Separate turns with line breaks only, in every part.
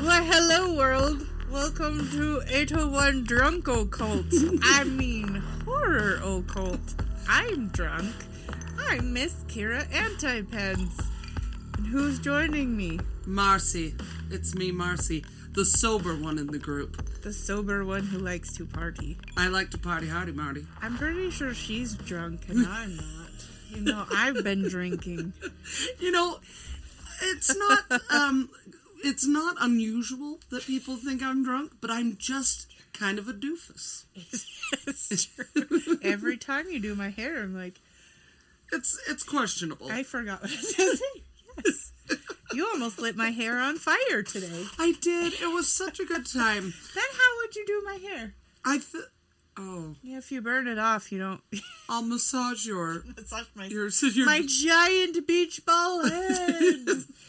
Why, hello world. Welcome to 801 Drunk Occult. I mean, Horror Occult. I'm drunk. I'm Miss Kira Antipens. And who's joining me?
Marcy. It's me, Marcy, the sober one in the group.
The sober one who likes to party.
I like to party hardy, Marty.
I'm pretty sure she's drunk and I'm not. You know, I've been drinking.
You know, it's not um it's not unusual that people think I'm drunk, but I'm just kind of a doofus.
It's true. Every time you do my hair, I'm like,
It's it's questionable.
I forgot what it says. Yes. You almost lit my hair on fire today.
I did. It was such a good time.
Then how would you do my hair?
I th- oh,
Yeah, if you burn it off, you don't
I'll massage your
massage my
your your
my giant beach ball head.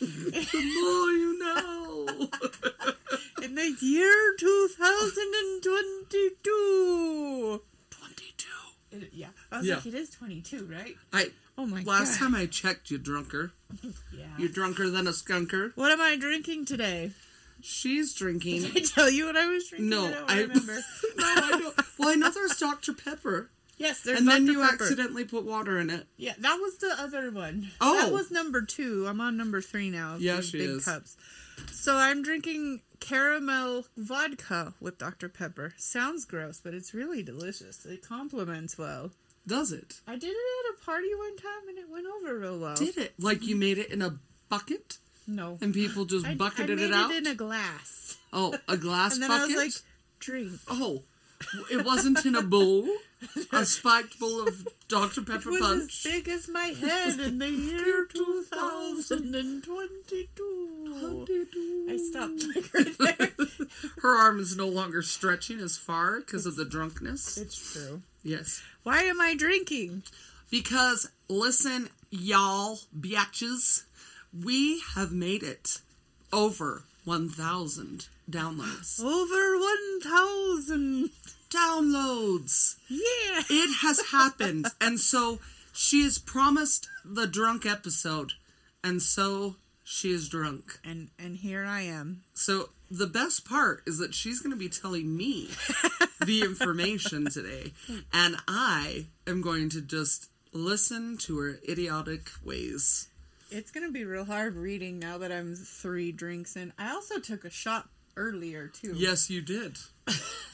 the more you know.
In the year 2022.
Twenty two.
It- yeah. I was
Yeah.
like, it is 22, right?
I
Oh my
last
God.
time I checked you drunker.
Yeah.
You're drunker than a skunker.
What am I drinking today?
She's drinking.
Did I tell you what I was drinking?
No,
I don't
I-
remember.
no, I don't. Well, I know there's Dr. Pepper,
Yes, there's
and then
Dr.
you
Pepper.
accidentally put water in it.
Yeah, that was the other one.
Oh.
that was number two. I'm on number three now. of
Yeah,
these
she
big
is.
cups. So I'm drinking caramel vodka with Dr Pepper. Sounds gross, but it's really delicious. It complements well.
Does it?
I did it at a party one time, and it went over real well.
Did it? Like you made it in a bucket,
No,
and people just
I, I
bucketed
made
it out.
in a glass,
Oh, a glass
and then
bucket.
I was like, "Drink."
oh, it wasn't in a bowl, a spiked bowl of Dr.
It
Pepper
was as
punch.
big as my head in the year 2022. I stopped like, right there.
Her arm is no longer stretching as far because of the drunkenness.
It's true.
Yes.
Why am I drinking?
Because listen, y'all, biatches, we have made it over 1,000 downloads.
Over 1,000.
downloads!
Yeah.
It has happened. and so she has promised the drunk episode. And so she is drunk.
And and here I am.
So the best part is that she's going to be telling me the information today. And I am going to just listen to her idiotic ways.
It's going to be real hard reading now that I'm three drinks in. I also took a shot earlier, too.
Yes, you did.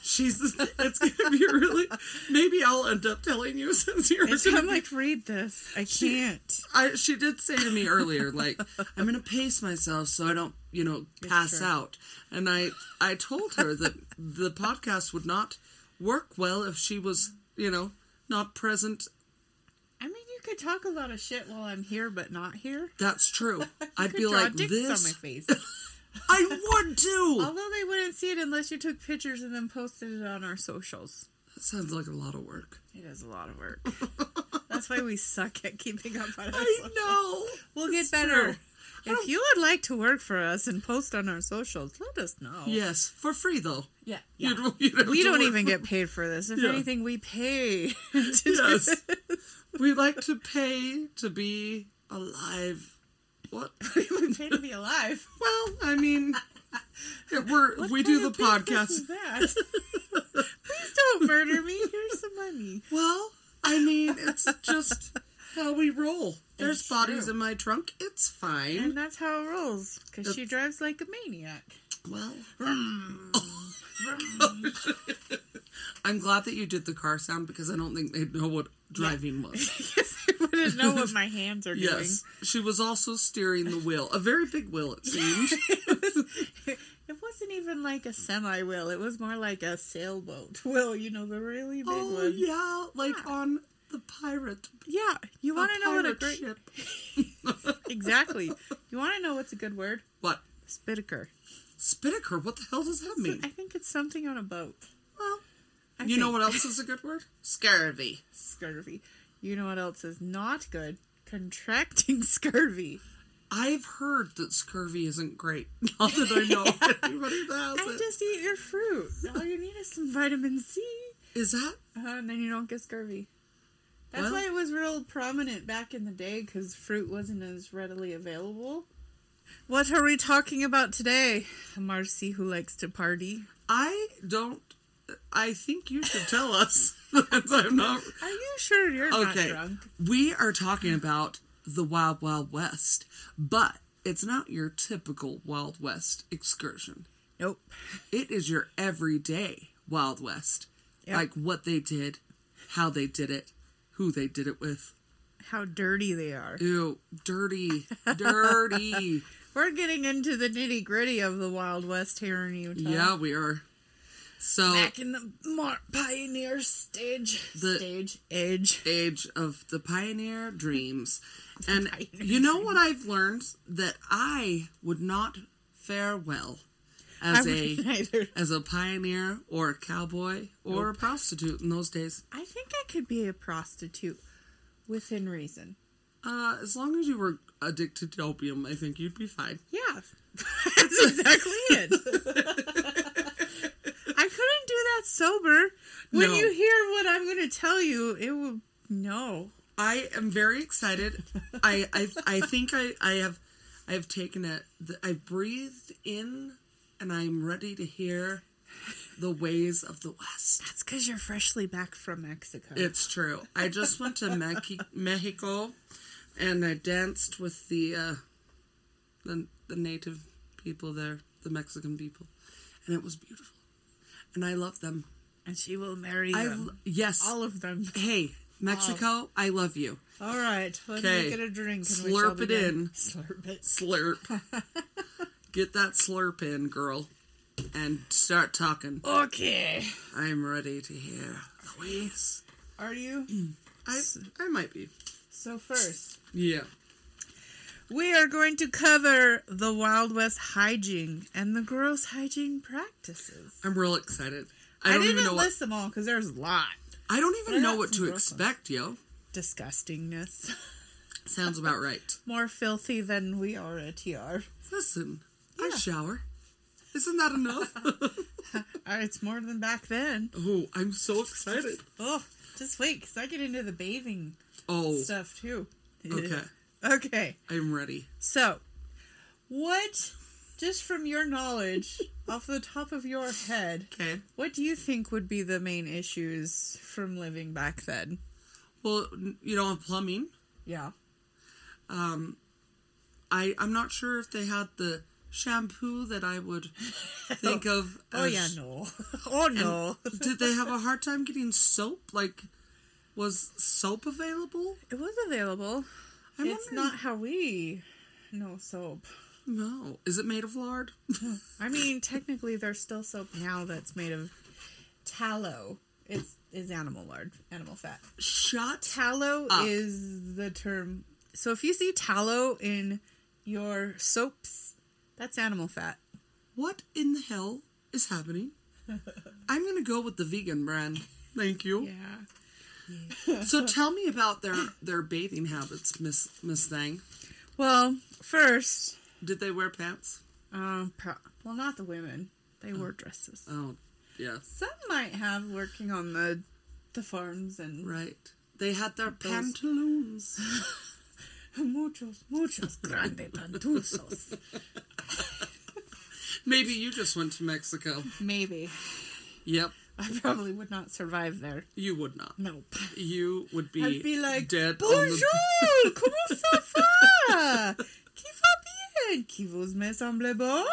She's. It's gonna be really. Maybe I'll end up telling you since you're.
And so
gonna
I'm like, read this. I can't.
I, she did say to me earlier, like, I'm gonna pace myself so I don't, you know, pass
true.
out. And I, I told her that the podcast would not work well if she was, you know, not present.
I mean, you could talk a lot of shit while I'm here, but not here.
That's true. I'd
Could
be
draw
like
dicks on
this.
my face. Oh.
I would too.
Although they wouldn't see it unless you took pictures and then posted it on our socials.
That sounds like a lot of work.
It is a lot of work. That's why we suck at keeping up on our
I
socials.
know.
We'll get
It's
better.
true.
If you would like to work for us and post on our socials, let us know.
Yes, for free though.
yeah.
You'd- you'd have
We
to
don't
work
even
for-
get paid for this. If
Yeah.
anything, we pay. to do
Yes.
this.
We like to pay to be alive. What?
we pay to be alive.
Well, I mean, it- we're
What
we
kind
do the
of business
podcast.
is that? Please don't murder me. Here's some money.
Well, I mean, it's just how we roll. There's
It's
bodies
true.
in my trunk. It's fine.
And that's how it rolls. Because she drives like a maniac.
well, I'm glad that you did the car sound because I don't think they'd know what driving was.
Because I wouldn't know what my hands are doing.
Yes, she was also steering the wheel, a very big wheel, it seemed.
It wasn't even like a semi wheel. It was more like a sailboat wheel. You know, the really big one.
oh yeah, like on the pirate.
Yeah, you want
a
to know what a
pirate
great
ship.
exactly. You want to know what's a good word?
What?
Spitaker.
Spinnaker? What the hell does that mean?
I think it's something on a boat.
Well,
I
you know
think.
what else is a good word? Scurvy.
Scurvy. You know what else is not good? Contracting scurvy.
I've heard that scurvy isn't great. Not that I know anybody
I
that has it.
just eat your fruit. All you need is some vitamin C,
Is that?
uh, and then you don't get scurvy. That's
Well-
why it was real prominent back in the day because fruit wasn't as readily available. What are we talking about today? Marcy, who likes to party.
I don't. I think you should tell us that I'm not.
Are you sure you're not
Okay.
drunk?
We are talking about the Wild Wild West, but it's not your typical Wild West excursion.
Nope.
It is your everyday Wild West.
Yep.
Like what they did, how they did it, who they did it with.
How dirty they are.
Ew, dirty, dirty.
We're getting into the nitty gritty of the Wild West here in Utah.
yeah, we are. So,
Back in the mar- pioneer stage.
The-
stage. Age.
age of the pioneer dreams. And
pioneer
you know what I've learned that I would not fare well as a
neither.
as a pioneer or a cowboy or a prostitute in those days.
I think I could be a prostitute within reason.
Uh, as long as you were addicted to opium, I think you'd be fine.
Yeah. That's exactly it. I couldn't do that sober. When
No.
you hear what I'm going to tell you, it will. No.
I am very excited. I I, I think I, I have I have taken it. I've breathed in, and I'm ready to hear the ways of the West.
That's because you're freshly back from Mexico.
It's true. I just went to Mexi- Mexico, and I danced with the uh, the the native people there, the Mexican people, and it was beautiful. And I love them.
and she will marry
I
them.
l- yes.
All of them.
hey, Mexico, I love you.
All right. Let's
Okay.
make it a drink. And we shall
Slurp it
begin.
in.
Slurp it.
Slurp. Get that slurp in, girl, and start talking.
Okay.
I'm ready to hear the ways.
Are you?
I I might be.
So, first,
Yeah.
we are going to cover the Wild West hygiene and the gross hygiene practices.
I'm real excited. I
I,
don't
didn't
even know what
list them all because there's a lot.
I don't even
They're
know
not
what
some
to
gross ones.
expect, yo.
Disgustingness.
Sounds about right.
More filthy than we are at TR.
Listen,
Yeah.
I shower. Isn't that enough?
Uh, It's more than back then.
oh, I'm so excited.
Oh, just wait because I get into the bathing
Oh,
stuff too.
okay.
Okay.
I'm ready.
So, what, just from your knowledge, off the top of your head,
Okay.
what do you think would be the main issues from living back then?
Well, n- you don't have plumbing.
Yeah.
I I'm not sure if they had the shampoo that I would think of.
Oh,
as-
yeah, no. Oh, no.
Did they have a hard time getting soap? Like, was soap available?
It was available.
I'm
it's
wondering-
not how we know soap.
No. Is it made of lard?
I mean, technically, there's still soap now that's made of tallow. It's is animal lard, animal fat.
Shut
Tallow
Up.
is the term. So if you see tallow in your soaps, that's animal fat.
What in the hell is happening? I'm gonna go with the vegan brand. Thank you.
Yeah.
So tell me about their their bathing habits, Miss Miss Thang.
Well, first,
Did they wear pants?
um, pro- well, not the women. They wore dresses.
Oh, yeah,
Some might have working on the the farms and
right. They had their pantaloons.
muchos, muchos grande pantuzos.
Maybe you just went to Mexico.
Maybe.
Yep,
I probably would not survive there.
you would not.
Nope.
You would be.
I'd be like,
dead. on the-
Bonjour, comment ça va? Qui va bien? Qui vous me semble bon?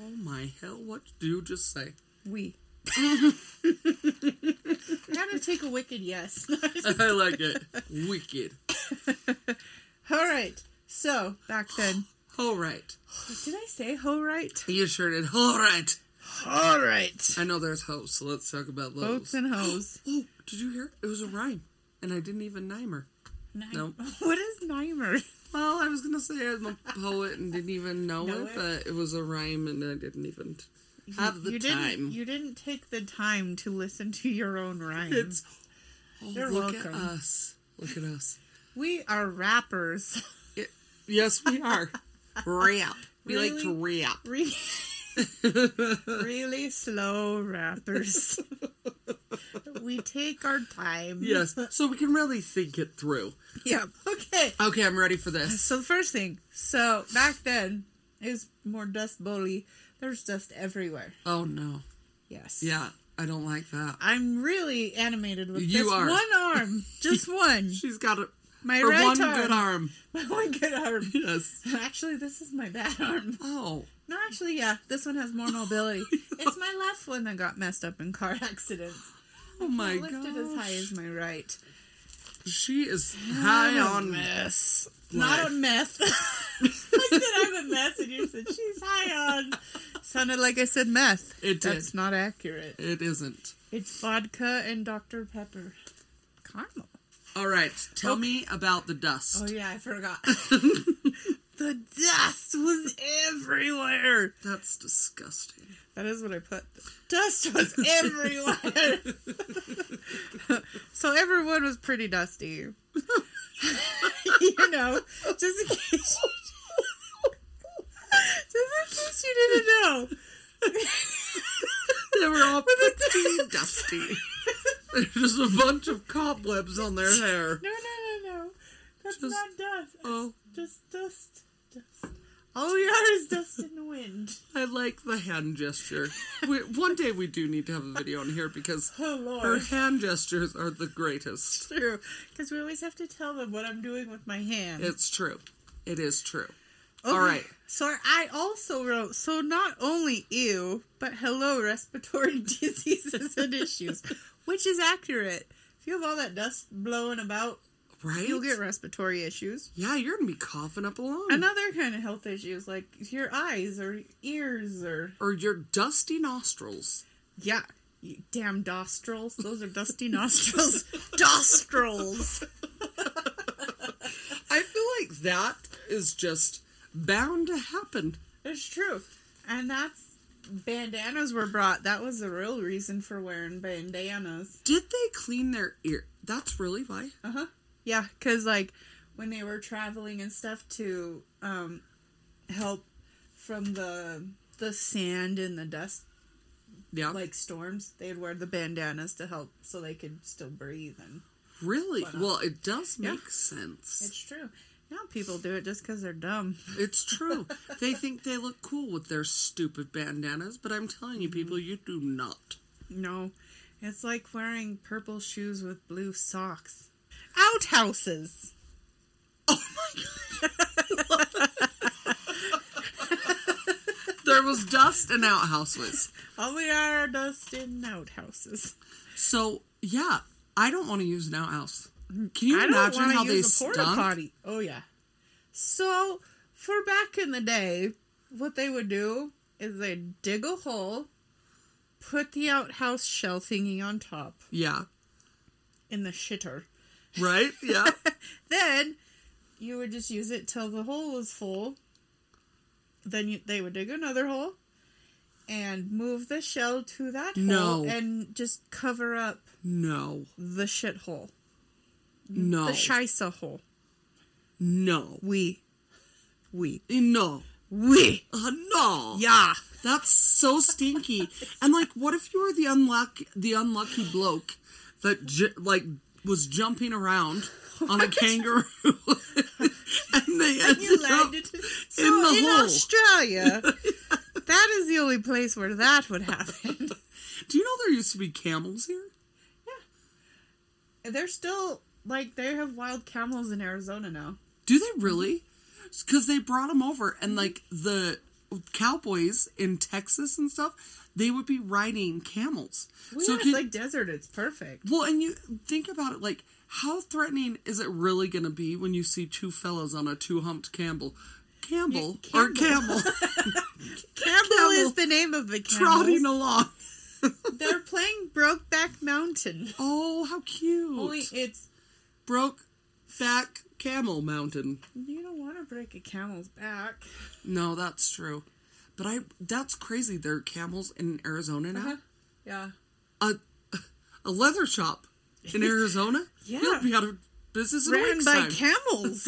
oh my hell! What did you just say?
Oui. Gotta take a wicked yes.
I like it. Wicked.
All right. So back then,
All right.
did I say ho right?
You sure did. All right.
All right.
I know there's hoes, so let's talk about those.
Boats and hoes.
Oh, did you hear? It was a rhyme, and I didn't even name her.
Nim-
Nope.
What is Nimer?
Well, I was gonna say I'm a poet and didn't even know,
Know
it,
it?
but it was a rhyme, and I didn't even have the
you
time.
Didn't, you didn't take the time to listen to your own rhymes.
it's oh,
You're
look
welcome.
at us. Look at us.
we are rappers.
It, yes, we are. rap. We like to
Really?
rap.
Re- really slow rappers. we take our time.
Yes, so we can really think it through.
Yeah. Okay.
Okay, I'm ready for this.
So the first thing. So back then, It's more dust bully. There's dust everywhere.
Oh no.
Yes.
Yeah, I don't like that.
I'm really animated with
You
this
are.
one arm. Just one.
She's got a,
My
her
right
one
arm.
good arm.
My one good arm.
Yes.
Actually, this is my bad arm.
Oh.
No, actually, yeah, this one has more mobility. it's my left one that got messed up in car accidents.
Oh my
Lifted as high
god.
as my right.
She is high on
mess. Mm. Not on meth. I said I'm a mess, and you said she's high on. Sounded like I said meth.
It did.
That's not accurate.
It isn't.
It's vodka and Dr. Pepper. Caramel.
All right. Tell me about the dust.
Oh, yeah, I forgot. the dust was everywhere.
That's disgusting.
That is what I put. Dust was everywhere. so everyone was pretty dusty. you know, just in case you, just in case you didn't know.
They were all pretty dusty. There's just a bunch of cobwebs on their hair.
No, no, no, no. That's
Just-
not dust.
Oh,
Just dust. Dust. All we are is dust in the wind.
I like the hand gesture. We, one day we do need to have a video on here because
Oh,
her
Lord.
hand gestures are the greatest.
True. Because we always have to tell them what I'm doing with my hand.
It's true. It is true.
Okay.
All right.
So I also wrote, so not only ew, but hello, respiratory diseases and issues, which is accurate. If you have all that dust blowing about,
Right?
you'll get respiratory issues.
yeah, you're going to be coughing up a lung.
And other kind of health issues like your eyes or ears or,
Or your dusty nostrils.
yeah, you damn nostrils. Those are dusty nostrils. nostrils.
I feel like that is just bound to happen.
It's true. And that's bandanas were brought. That was the real reason for wearing bandanas.
Did they clean their ear? That's really why.
Uh-huh. Yeah, cuz like when they were traveling and stuff to um help from the the sand and the dust
Yeah.
like storms, they'd wear the bandanas to help so they could still breathe and
really? Well, it does
Yeah.
make sense.
it's true. Now people do it just cuz they're dumb.
It's true. they think they look cool with their stupid bandanas, but I'm telling you, people, you do not.
No. It's like wearing purple shoes with blue socks. Outhouses.
Oh my god! there was dust and outhouses.
All we are are dust in outhouses.
So yeah, I don't want to use an outhouse. Can you
I don't
imagine
want
how
to
they
use a
stunk?
porta potty. Oh yeah. So for back in the day, what they would do is they'd dig a hole, put the outhouse shell thingy on top
Yeah.
in the shitter.
Right? Yeah.
Then you would just use it till the hole was full. Then you, they would dig another hole and move the shell to that
No.
hole and just cover up
no.
the shithole,
No.
the shisa hole.
no.
We, we,
No.
we.
Uh, no.
Yeah.
That's so stinky. and like, what if you were the unlucky, the unlucky bloke that j- like was jumping around on a kangaroo, and they ended
you
up
landed so
in
in,
the hole.
Australia. that is the only place where that would happen.
Do you know there used to be camels here?
They're still like they have wild camels in Arizona now.
Do they really? Because they brought them over,
Mm-hmm.
and like the cowboys in Texas and stuff, they would be riding camels.
Well, yeah,
can-
it's like desert. It's perfect.
Well, and you think about it, like how threatening is it really going to be when you see two fellows on a two-humped Campbell, Campbell, or camel
Campbell. Campbell, is the name of the
trotting
camel.
along?
They're playing Brokeback Mountain.
Oh, how cute!
Only it's
Broke back camel mountain.
you don't want to break a camel's back.
No, that's true. But I that's crazy. There are camels in Arizona now.
Yeah. Uh-huh.
A, a leather shop in Arizona.
Yeah.
You'll be out of business in a
Ran
week's
by
time.
camels.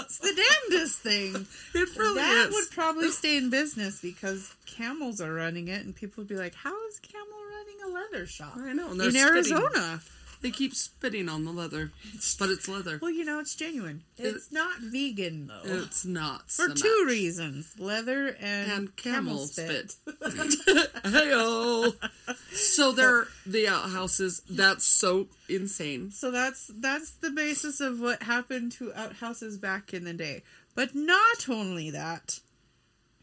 it's the damnedest thing.
it really
that
is.
would probably stay in business because camels are running it, and people would be like, "How is camel running a leather shop?"
I know, and
in
they're spitting.
Arizona,
They keep spitting on the leather, but it's leather.
Well, you know, it's genuine. It's not vegan, though.
It's not
for
so
two
much.
reasons leather and,
and camel spit. Heyo. So they're the outhouses. That's so insane.
So that's that's the basis of what happened to outhouses back in the day. But not only that,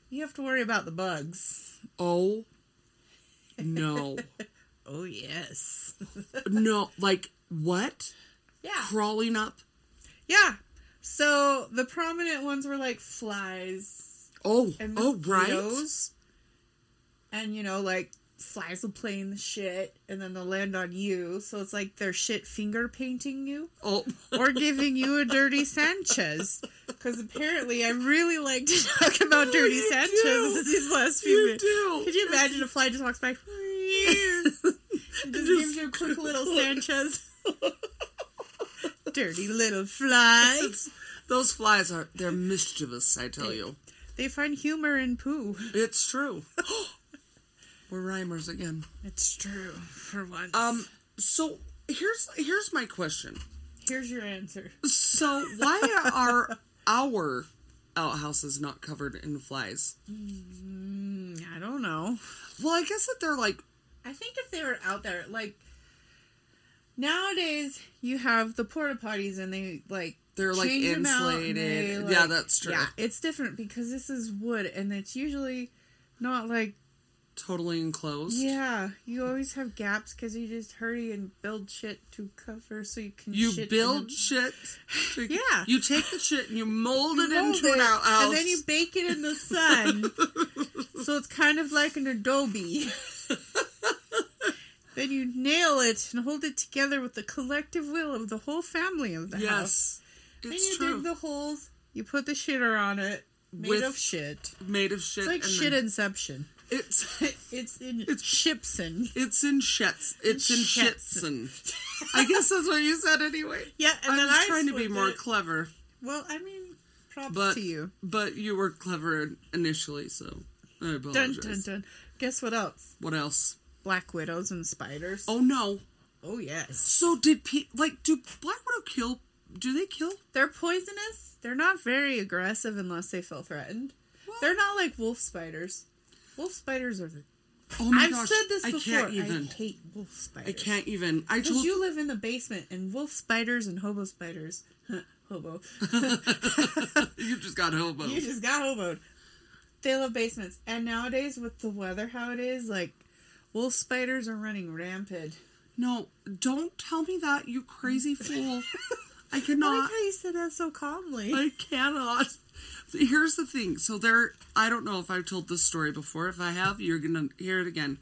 you have to worry about the bugs.
Oh no,
Oh yes.
no! Like what?
Yeah.
Crawling up?
Yeah. So the prominent ones were like flies
Oh,
and
oh right.
mosquitoes. And you know, like flies will play in the shit and then they'll land on you. So it's like they're shit finger painting you.
Oh,
or giving you a dirty Sanchez. Because apparently, I really like to talk about dirty
Oh, you
Sanchez
do.
these last few
you
minutes.
do.
Could you imagine a fly just walks by? just gives you a quick little Sanchez. dirty little flies.
Those flies are they're mischievous, I tell you.
They find humor in poo.
It's true. We're rhymers again.
It's true, for once.
Um so here's here's my question.
Here's your answer.
So why are our outhouses not covered in flies?
I don't know.
Well, I guess that they're like
I think if they were out there, like nowadays, you have the porta potties and they like
They're, like,
change 'em out and
insulated. Yeah, that's true.
it's different because this is wood and it's usually not like
totally enclosed.
yeah. You always have gaps because you just hurry and build shit to cover so you can
You
shit in
build
them.
shit. to-
Yeah.
You take the shit and you mold it
Mold
into an
it,
outhouse.
and then you bake it in the sun. so it's kind of like an adobe. then you nail it and hold it together with the collective will of the whole family of the house.
Yes.
Then
It's
you
true.
dig the holes. You put the shitter on it, made
With-
of shit.
Made of shit.
It's like
and
shit
then-
inception.
It's
It's in Shipson.
It's in Shets. It's in
Shetson.
Shitson. I guess that's what you said anyway.
Yeah, and
I
then
was
I
trying to be
flipped
more
it.
clever,
Well, I mean, props
but
to you.
but you were clever initially, so I
Dun
apologize.
dun dun. Guess what else?
What else?
Black widows and spiders.
Oh no!
oh yes.
So did pe- like do Black Widow kill? Do they kill?
They're poisonous. They're not very aggressive unless they feel threatened.
Well-
They're not like wolf spiders. Wolf spiders are the.
Oh my
I've
gosh!
said this
I
before.
can't even.
I hate wolf spiders.
I can't even. I
Because
told
you live in the basement and wolf spiders and hobo spiders. hobo.
you just got hobo.
You just got hoboed. They love basements. And nowadays, with the weather how it is, like, wolf spiders are running rampant.
No, don't tell me that, you crazy fool! I
I
cannot.
like how you said that so calmly.
I cannot. Here's the thing. So there, I don't know if I've told this story before. If I have, you're gonna hear it again.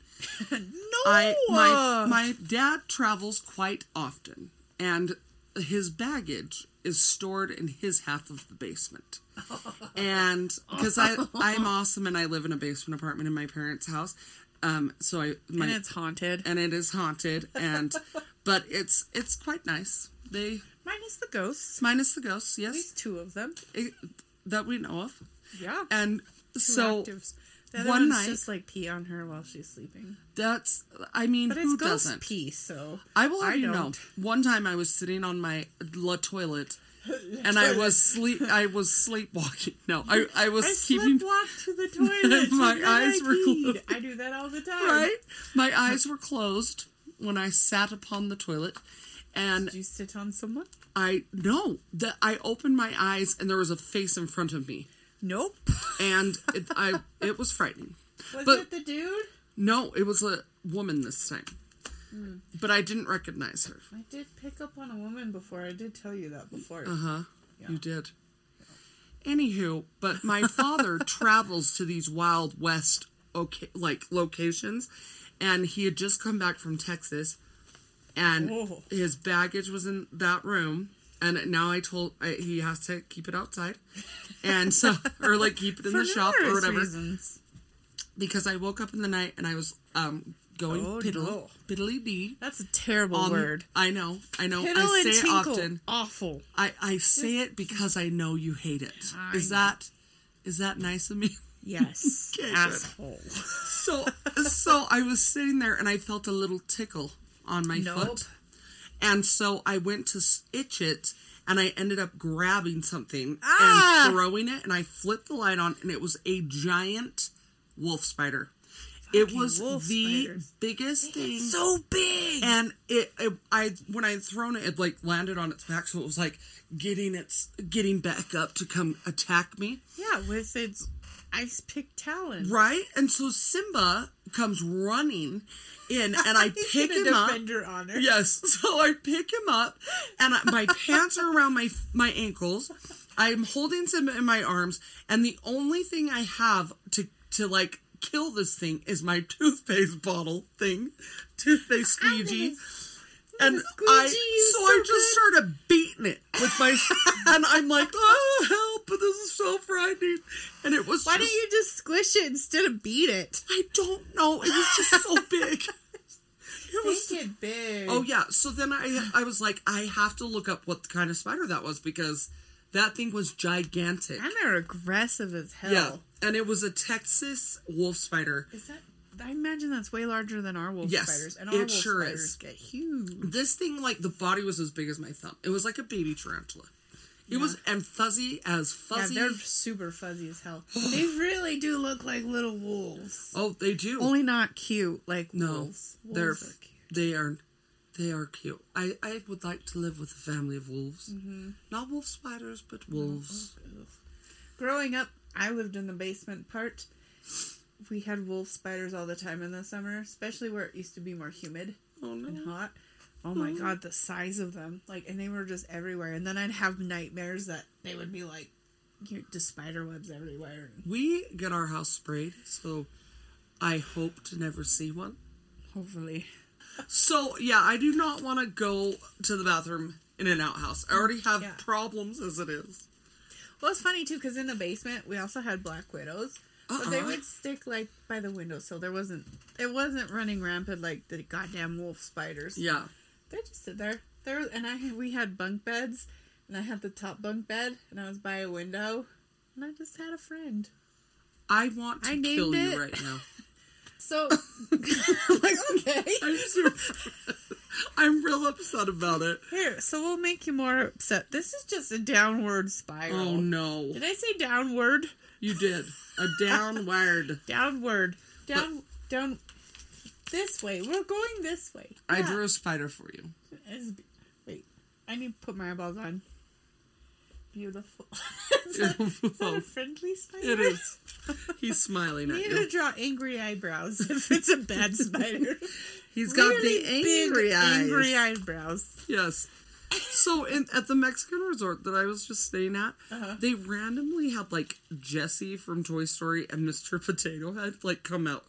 no!
I my my dad travels quite often, and his baggage is stored in his half of the basement. And because I I'm awesome and I live in a basement apartment in my parents' house, um, so I my
and it's haunted.
and it is haunted and but it's it's quite nice. They
Minus the ghosts.
minus the ghosts,
At
yes,
least two of them.
it, that we know of.
Yeah.
And so
actives. The other
one
one's
night-
just like pee on her while she's sleeping.
that's I mean
But
who
it's ghost
doesn't?
pee, so
I will have
I
you know.
don't.
One time I was sitting on my la toilet and I was sleep I was sleepwalking. No, I I was
I
keeping
slept walk to the toilet.
My
and then
eyes
I
were
peed.
closed.
I do that all the time.
right. My eyes were closed when I sat upon the toilet and
Did you sit on someone?
I no, that I opened my eyes and there was a face in front of me.
Nope.
And it, I it was frightening.
Was
But-
it the dude?
No, it was a woman this time.
Hmm.
But I didn't recognize her.
I did pick up on a woman before. I did tell you that before.
Uh-huh. You did. Anywho, but my father travels to these Wild West okay, like locations, and he had just come back from Texas, and
Whoa.
his baggage was in that room. And now I told I, he has to keep it outside, and so or like keep it in the shop or
numerous
whatever.
Reasons.
Because I woke up in the night and I was um going
Oh,
piddle
no.
piddly dee.
That's a terrible
on-
word.
I know, I know.
Piddle
I
and
say it
tinkle.
often.
Awful.
I, I say it because I know you hate it. Is
I know.
that is that nice of me?
Yes.
Okay, good.
Asshole.
So so I was sitting there and I felt a little tickle on my
Nope.
foot. And so I went to itch it and I ended up grabbing something
Ah!
and throwing it and I flipped the light on and it was a giant wolf spider. it was
wolf
the
spiders.
biggest thing
So big.
and it, it i when i had thrown it it like landed on its back so it was like getting its getting back up to come attack me
yeah, with its ice pick talon.
right and so simba comes running in and i pick
He's gonna
him up
defend your honor.
yes so i pick him up and I, my pants are around my my ankles i'm holding simba in my arms and the only thing i have to to like kill this thing is my toothpaste bottle thing toothpaste
I'm gonna
squeegee
I'm
and
gonna
I
squeegee you
so
so
I just started beating it with my and I'm like, oh help! This is so frightening, and it was.
Why
just,
don't you just squish it instead of beat it?
I don't know. It was just so big. It was.
Make it big.
Oh yeah. So then I I was like, I have to look up what kind of spider that was because that thing was gigantic.
And they're aggressive as hell.
Yeah, and it was a Texas wolf spider.
Is that? I imagine that's way larger than our wolf
Yes,
spiders, and our
it
wolf
sure
spiders
is.
get huge.
This thing, like the body was as big as my thumb. It was like a baby tarantula. It was and fuzzy as
Yeah,
fuzzy.
they're super fuzzy as hell. they really do look like little wolves.
oh, they do.
Only not cute like
No,
wolves. Wolves
they're
are
f-
cute.
they are they are cute. I I would like to live with a family of wolves,
Mm-hmm.
not wolf spiders, but wolves.
Growing up, I lived in the basement part. We had wolf spiders all the time in the summer, especially where it used to be more humid
Oh
and
no!
hot. Oh my
Mm-hmm.
god, the size of them! Like, and they were just everywhere. And then I'd have nightmares that they would be like, you just spider webs everywhere.
We get our house sprayed, so I hope to never see one.
Hopefully,
So yeah, I do not want to go to the bathroom in an outhouse. I already have
Yeah.
problems as it is.
Well, it's funny too because in the basement we also had black widows, but they
Uh-uh.
would stick like by the window, so there wasn't it wasn't running rampant like the goddamn wolf spiders.
Yeah.
They just sit there. There and I we had bunk beds, and I had the top bunk bed, and I was by a window, and I just had a friend.
I want to
I named
kill
it.
you right now.
So I'm like okay,
I'm so, I'm real upset about it.
here. So we'll make you more upset. This is just a downward spiral.
Oh no.
Did I say downward?
You did. A downward.
Downward. Down. down. This way. We're going this way.
I
Yeah.
drew a spider for you.
It's be- Wait, I need to put my eyeballs on. Beautiful. is, that, is that a
it
friendly spider?
is. He's smiling
You
at
need to
you.
draw angry eyebrows if it's a bad spider.
He's got
Really
the
big,
angry eyes.
Angry eyebrows.
Yes. So in, at the Mexican resort that I was just staying at,
Uh-huh.
they randomly had like Jesse from Toy Story and Mr. Potato Head like come out.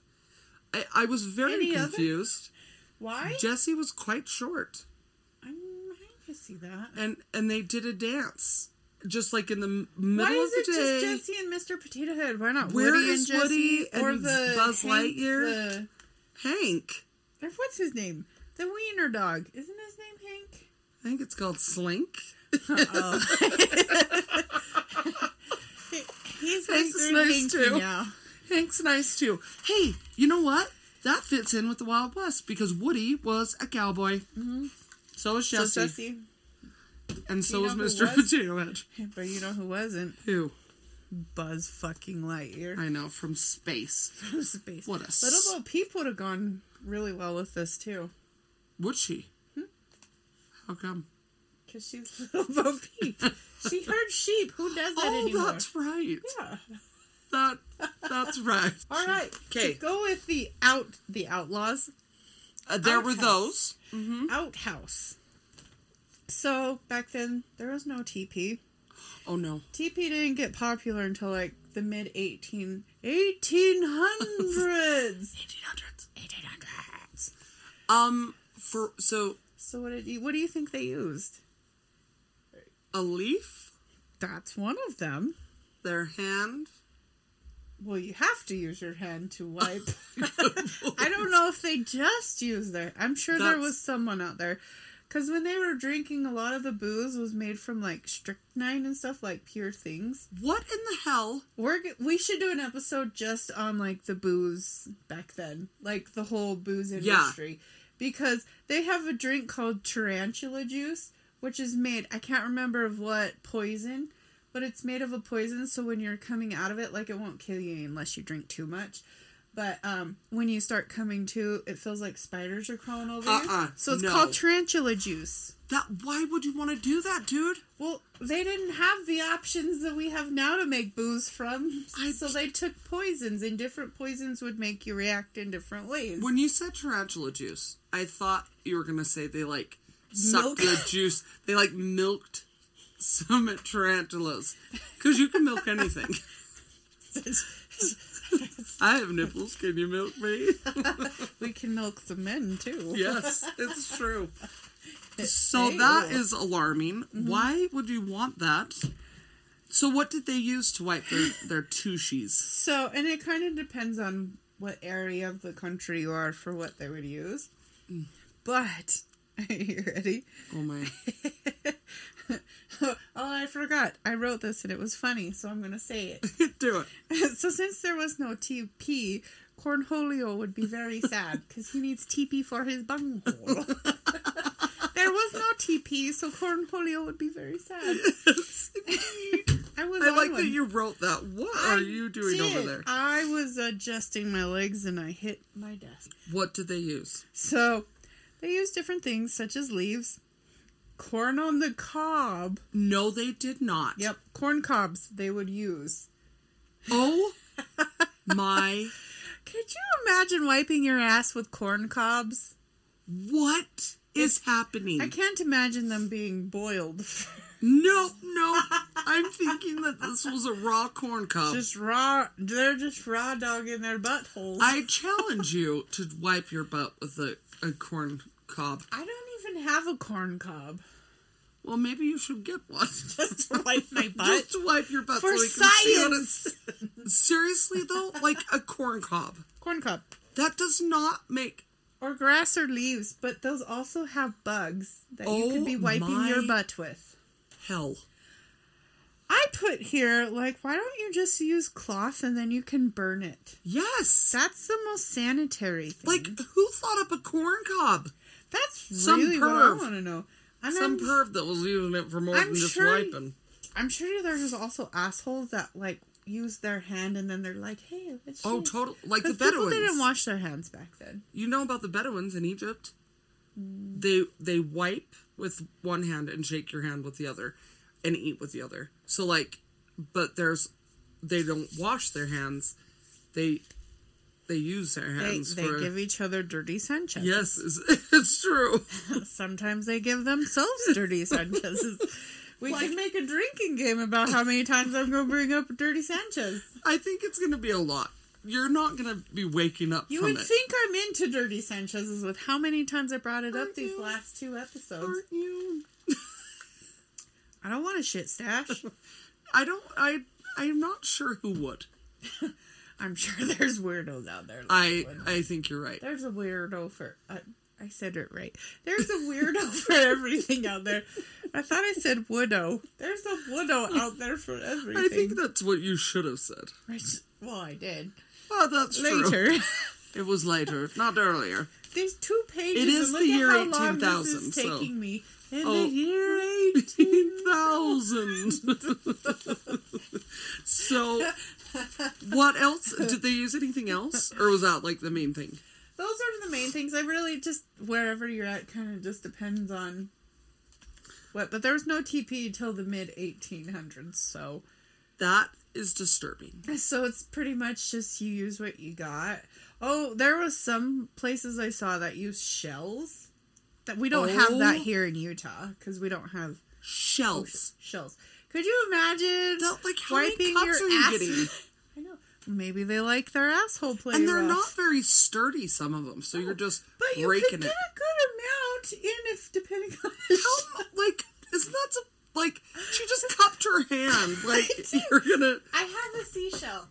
I, I was very
Any other?
confused.
Why?
Jesse was quite short,
I'm I can see that.
and and they did a dance just like in the m- middle
Why
of
is
the
it
day.
just Jesse and Mr. Potato Head? Why not
Where
Woody
is
and Jesse
Woody and Buzz Lightyear? Hank,
The, what's his name? The wiener dog. Isn't his name Hank?
I think it's called Slink.
He's
Hank's
Mr.
nice
Hank
too.
now.
Hank's nice too. Hey, you know what? That fits in with the Wild West because Woody was a cowboy. Mm-hmm. So was Jesse,
So Jesse,
and so
you
was
know who
Mr.
was?
Potato Head.
but you know who wasn't?
Who
Buzz fucking Lightyear.
I know from space.
Space.
What a
Little Bo Peep would have gone really well with this too,
Would she?
Hmm?
How come?
because she's Little Bo Peep. she heard sheep. Who does that
oh,
anymore?
that's right.
Yeah.
That that's right.
All right.
'Kay.
To go with the out the outlaws
Uh, there were
Outhouse.
those.
outhouse. So back then there was no TP.
Oh no.
TP didn't get popular until like the mid 18 1800s.
1800s.
1800s.
Um. For so
So what did you, what do you think they used?
a leaf,
That's one of them.
their hand.
Well, you have to use your hand to wipe. I don't know if they just used their. I'm sure there
That's-
was someone out there, because when they were drinking, a lot of the booze was made from like strychnine and stuff, like pure things.
What in the hell?
We're g- we should do an episode just on like the booze back then, like the whole booze industry, because they have a drink called tarantula juice, which is made, I can't remember of what poison, but it's made of a poison. So when you're coming out of it, like it won't kill you unless you drink too much. But um, when you start coming to, it feels like spiders are crawling over
Uh-uh,
you. So it's
no.
called tarantula juice.
That why would you want to do that, dude?
Well, they didn't have the options that we have now to make booze from.
I-
so they took poisons, and different poisons would make you react in different ways.
When you said tarantula juice, I thought you were gonna say they like sucked
Milk.
the juice. They like milked some tarantulas because you can milk anything. I have nipples. Can you milk me?
we can milk the men, too.
Yes, it's true. So that
Ew.
is alarming. Why would you want that? So what did they use to wipe their their tushies?
So, and it kind of depends on what area of the country you are for what they would use. But, are you ready?
Oh my!
oh, I forgot. I wrote this and it was funny, so I'm going to say it.
Do it.
so since there was no TP, Cornholio would be very sad because he needs TP for his bunghole. there was no TP, so Cornholio would be very sad. I was.
I
on
like that
one.
you wrote that. What
I
are you doing over
did.
there?
I was adjusting my legs and I hit my desk.
What did they use?
So they use different things such as leaves, corn on the cob.
No, they did not.
Yep, corn cobs they would use.
Oh my!
Could you imagine wiping your ass with corn cobs?
What is happening?
I can't imagine them being boiled.
No, no. I'm thinking that this was a raw corn cob.
just raw. They're just raw dog in their buttholes. I,
I challenge you to wipe your butt with a, a corn cob.
don't even have a corn cob.
Well, maybe you should get one.
Just to wipe my butt.
Just to wipe your butt
For
so we can see what it's-
science.
Seriously though, like a corn cob.
Corn cob.
That does not make
Or grass or leaves, but those also have bugs that you
Oh
could be wiping
my-
your butt with.
hell.
I put here, like, why don't you just use cloth and then you can burn it?
Yes.
That's the most sanitary thing.
Like who thought up a corn cob?
that's
some
really what I
perv.
want to know. And
Some
I'm-
perv that was using it for more
I'm
than just
sure-
wiping.
I'm sure there's also assholes that like use their hand and then they're like, "Hey, let's."
Oh,
shave."
total like the
'Cause people
Bedouins.
didn't wash their hands back then.
you know about the Bedouins in Egypt? They they wipe with one hand and shake your hand with the other, and eat with the other. So like, but there's they don't wash their hands. They they use their
They,
hands
they
for
give each other dirty Sanchez.
yes, it's, it's true.
Sometimes they give themselves dirty Sanchez's. We
Like-
can make a drinking game about how many times I'm going to bring up dirty Sanchez.
I think it's gonna be a lot. You're not gonna be waking up
You
from
would
it.
think I'm into dirty Sanchez's with how many times I brought it up
Aren't
these
you?
last two episodes.
Aren't you?
I don't want a shit stash.
I don't. I I'm not sure who would.
I'm sure there's weirdos out there. that
I
would.
I think you're right.
There's a weirdo for. Uh, I said it right. There's a weirdo for everything out there. I thought I said woodo. There's a woodo out there for everything.
I think that's what you should have said.
I s- well, I did
Oh, that's true.
later.
It was later, not earlier.
There's two pages.
It is
and look
the
at
year
how long this
18,000,
is
so-
taking me. In
Oh.
the year eighteen.
18,000. so, what else? Did they use anything else? Or was that like the main thing?
Those are the main things. I really just wherever you're at kind of just depends on what. But there was no TP till the mid 1800s, so.
That is disturbing.
So it's pretty much just you use what you got. Oh, there was some places I saw that use shells. That we don't have that
Oh.
here in Utah because we don't have
Shells.
shells. Could you imagine
That- like, how many cups are you getting?
I know. Maybe they like their asshole play.
And they're
rough. Oh,
not very sturdy, some of them. So, you're just
But you could
breaking
get
it.
a good amount in if depending on. The shell.
How, mu- like, isn't that some, like, she just cupped her hand. Like, you're gonna.
I have a seashell.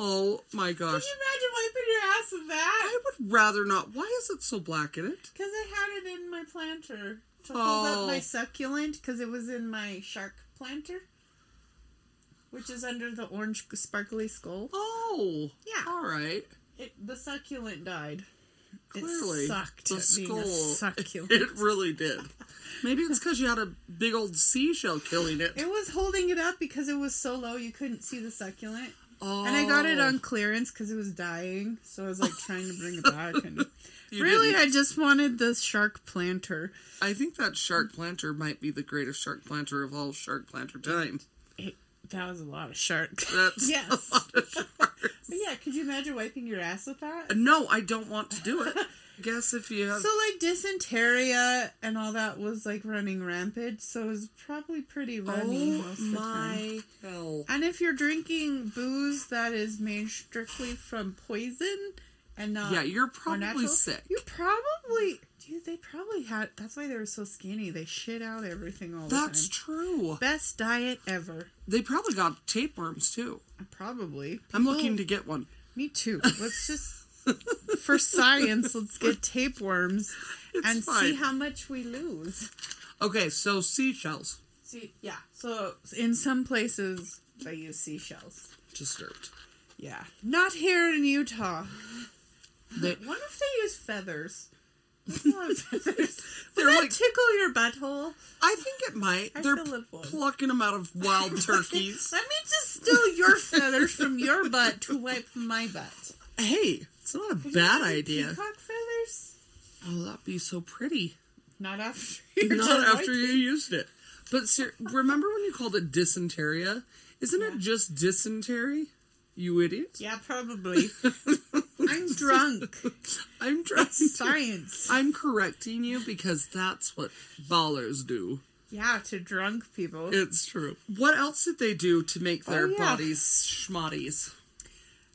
Oh my
Can
gosh.
you imagine wiping your ass with that?
I would rather not. Why is it so black in it?
Because I had it in my planter to hold
Oh.
up my succulent because it was in my shark planter, which is under the orange sparkly skull.
Oh.
Yeah.
All right.
It, the succulent died.
Clearly,
it sucked
the
at
skull.
being a succulent.
It really did. Maybe it's because you had a big old seashell killing it.
It was holding it up because it was so low you couldn't see the succulent.
oh,
And I got it on clearance because it was dying. So I was like trying to bring it back. And
You
really,
didn't.
I just wanted the shark planter.
I think that shark planter might be the greatest shark planter of all shark planter time.
It, that was a lot of shark.
That's
yes.
a lot of shark.
But yeah, could you imagine wiping your ass with that?
No, I don't want to do it. Guess if you have
So like dysenteria and all that was like running rampant, so it was probably pretty runny
Oh
most of the time.
my hell.
And if you're drinking booze that is made strictly from poison and not
Yeah, you're
or
probably
natural,
sick.
You probably dude, they probably had that's why they were so skinny. They shit out everything all
That's
the time.
true.
Best diet ever.
They probably got tapeworms too.
Probably.
I'm
People-
looking to get one.
Me too. Let's just for science, let's get tapeworms
It's
and see
fine.
how much we lose.
Okay, so seashells
See, yeah. So in some places they use seashells.
disturbed.
Yeah. Not here in Utah.
They,
What if they use feathers? There's a lot of feathers. Would
They're
that
like-
tickle your butthole?
I think it might.
I
They're
feel it would.
plucking them out of wild turkeys.
Let me just steal your feathers from your butt to wipe my butt.
hey, it's not a bad
Imagine
idea.
Peacock feathers?
Oh, that'd be so pretty.
Not after you're
Not
done
after
wiping.
you used it. But ser- remember when you called it dysenteria? Isn't it just dysentery? You idiot.
Yeah, probably. I'm drunk.
I'm trying. To-
Science.
I'm correcting you because that's what ballers do.
Yeah, to drunk people.
It's true. What else did they do to make their
Oh, yeah.
bodies schmotties?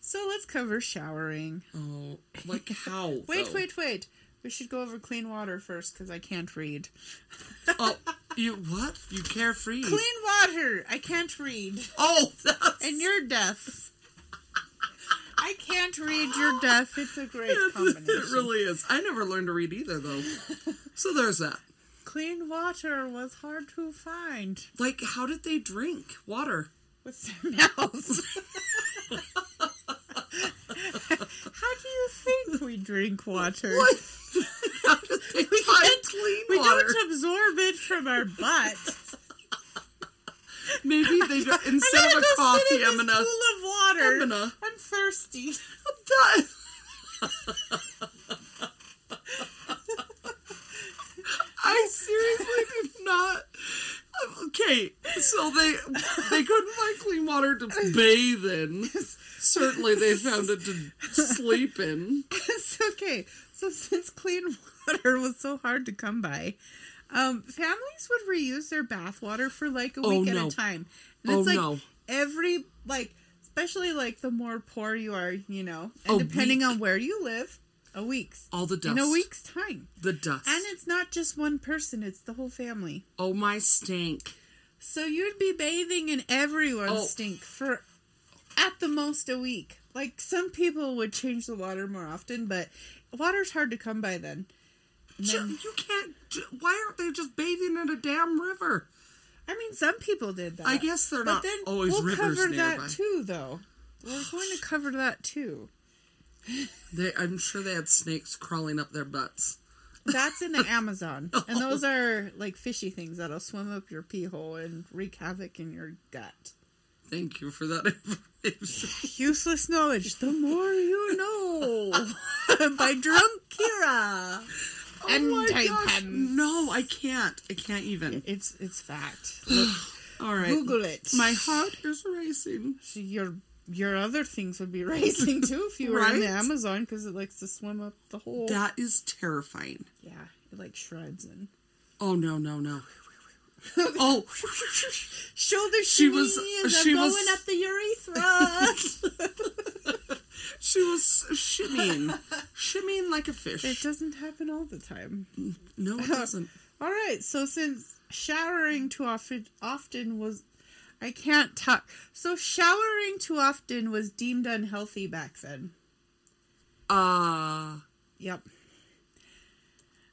So let's cover showering.
Oh, like how?
Wait,
though?
wait, wait. We should go over clean water first because I can't read.
Oh, you what? You carefree?
Clean water! I can't read.
Oh, that's
And you're deaf. I can't read, you're deaf. It's a great
it,
combination.
it really is. I never learned to read either, though. so there's that.
Clean water was hard to find
Like, how did they drink water?
with their
Oh,
mouths. How do you think we drink water?
What? how did they find
can't-
clean
We
water?
don't absorb it from our butt.
Maybe they don't.
I'm
Instead
gonna
of
go
a
sit
coffee,
in
I'm
this
gonna.
pool of water.
I'm gonna-
I'm thirsty.
That- I seriously did not. Okay, so they they couldn't find clean water to bathe in. Certainly, they found it to sleep in.
it's okay. So since clean water was so hard to come by, um, families would reuse their bath water for like a
Oh,
week
no.
at a time. And
Oh,
it's like
no.
every like especially like the more poor you are, you know,
A
and depending
week.
on where you live, a week's
All the
in a
dust.
week's time.
The dust.
And it's not just one person, it's the whole family.
oh my stink!
So you'd be bathing in everyone's
Oh.
stink for at the most a week. Like some people would change the water more often, but water's hard to come by then. And
Ju-
then-
You can't. ju- Why aren't they just bathing in a damn river?
I mean, some people did that.
I guess they're not always
we'll
rivers
cover
nearby.
that too, though. We're going to cover that too.
They, I'm sure they had snakes crawling up their butts.
That's in the Amazon, and those are like fishy things that'll swim up your pee hole and wreak havoc in your gut.
Thank you for that information.
Useless knowledge. The more you know. By Drunk Kira. and
Oh my
type
gosh,
M.
No, I can't. I can't even.
It's it's fact.
All right.
Google it.
My heart is racing.
So your your other things would be racing too if you were in the
Right?
Amazon because it likes to swim up the hole.
That is terrifying.
yeah, it like shreds and
Oh no, no, no. Oh,
shoulder.
She was-
shimmies,
she
I'm
was-
going up the urethra.
she was shimmying, shimmying like a
it
fish.
doesn't happen all the time.
No, it doesn't.
All right, so since showering too often often was I can't talk. So showering too often was deemed unhealthy back then.
Uh,
Yep.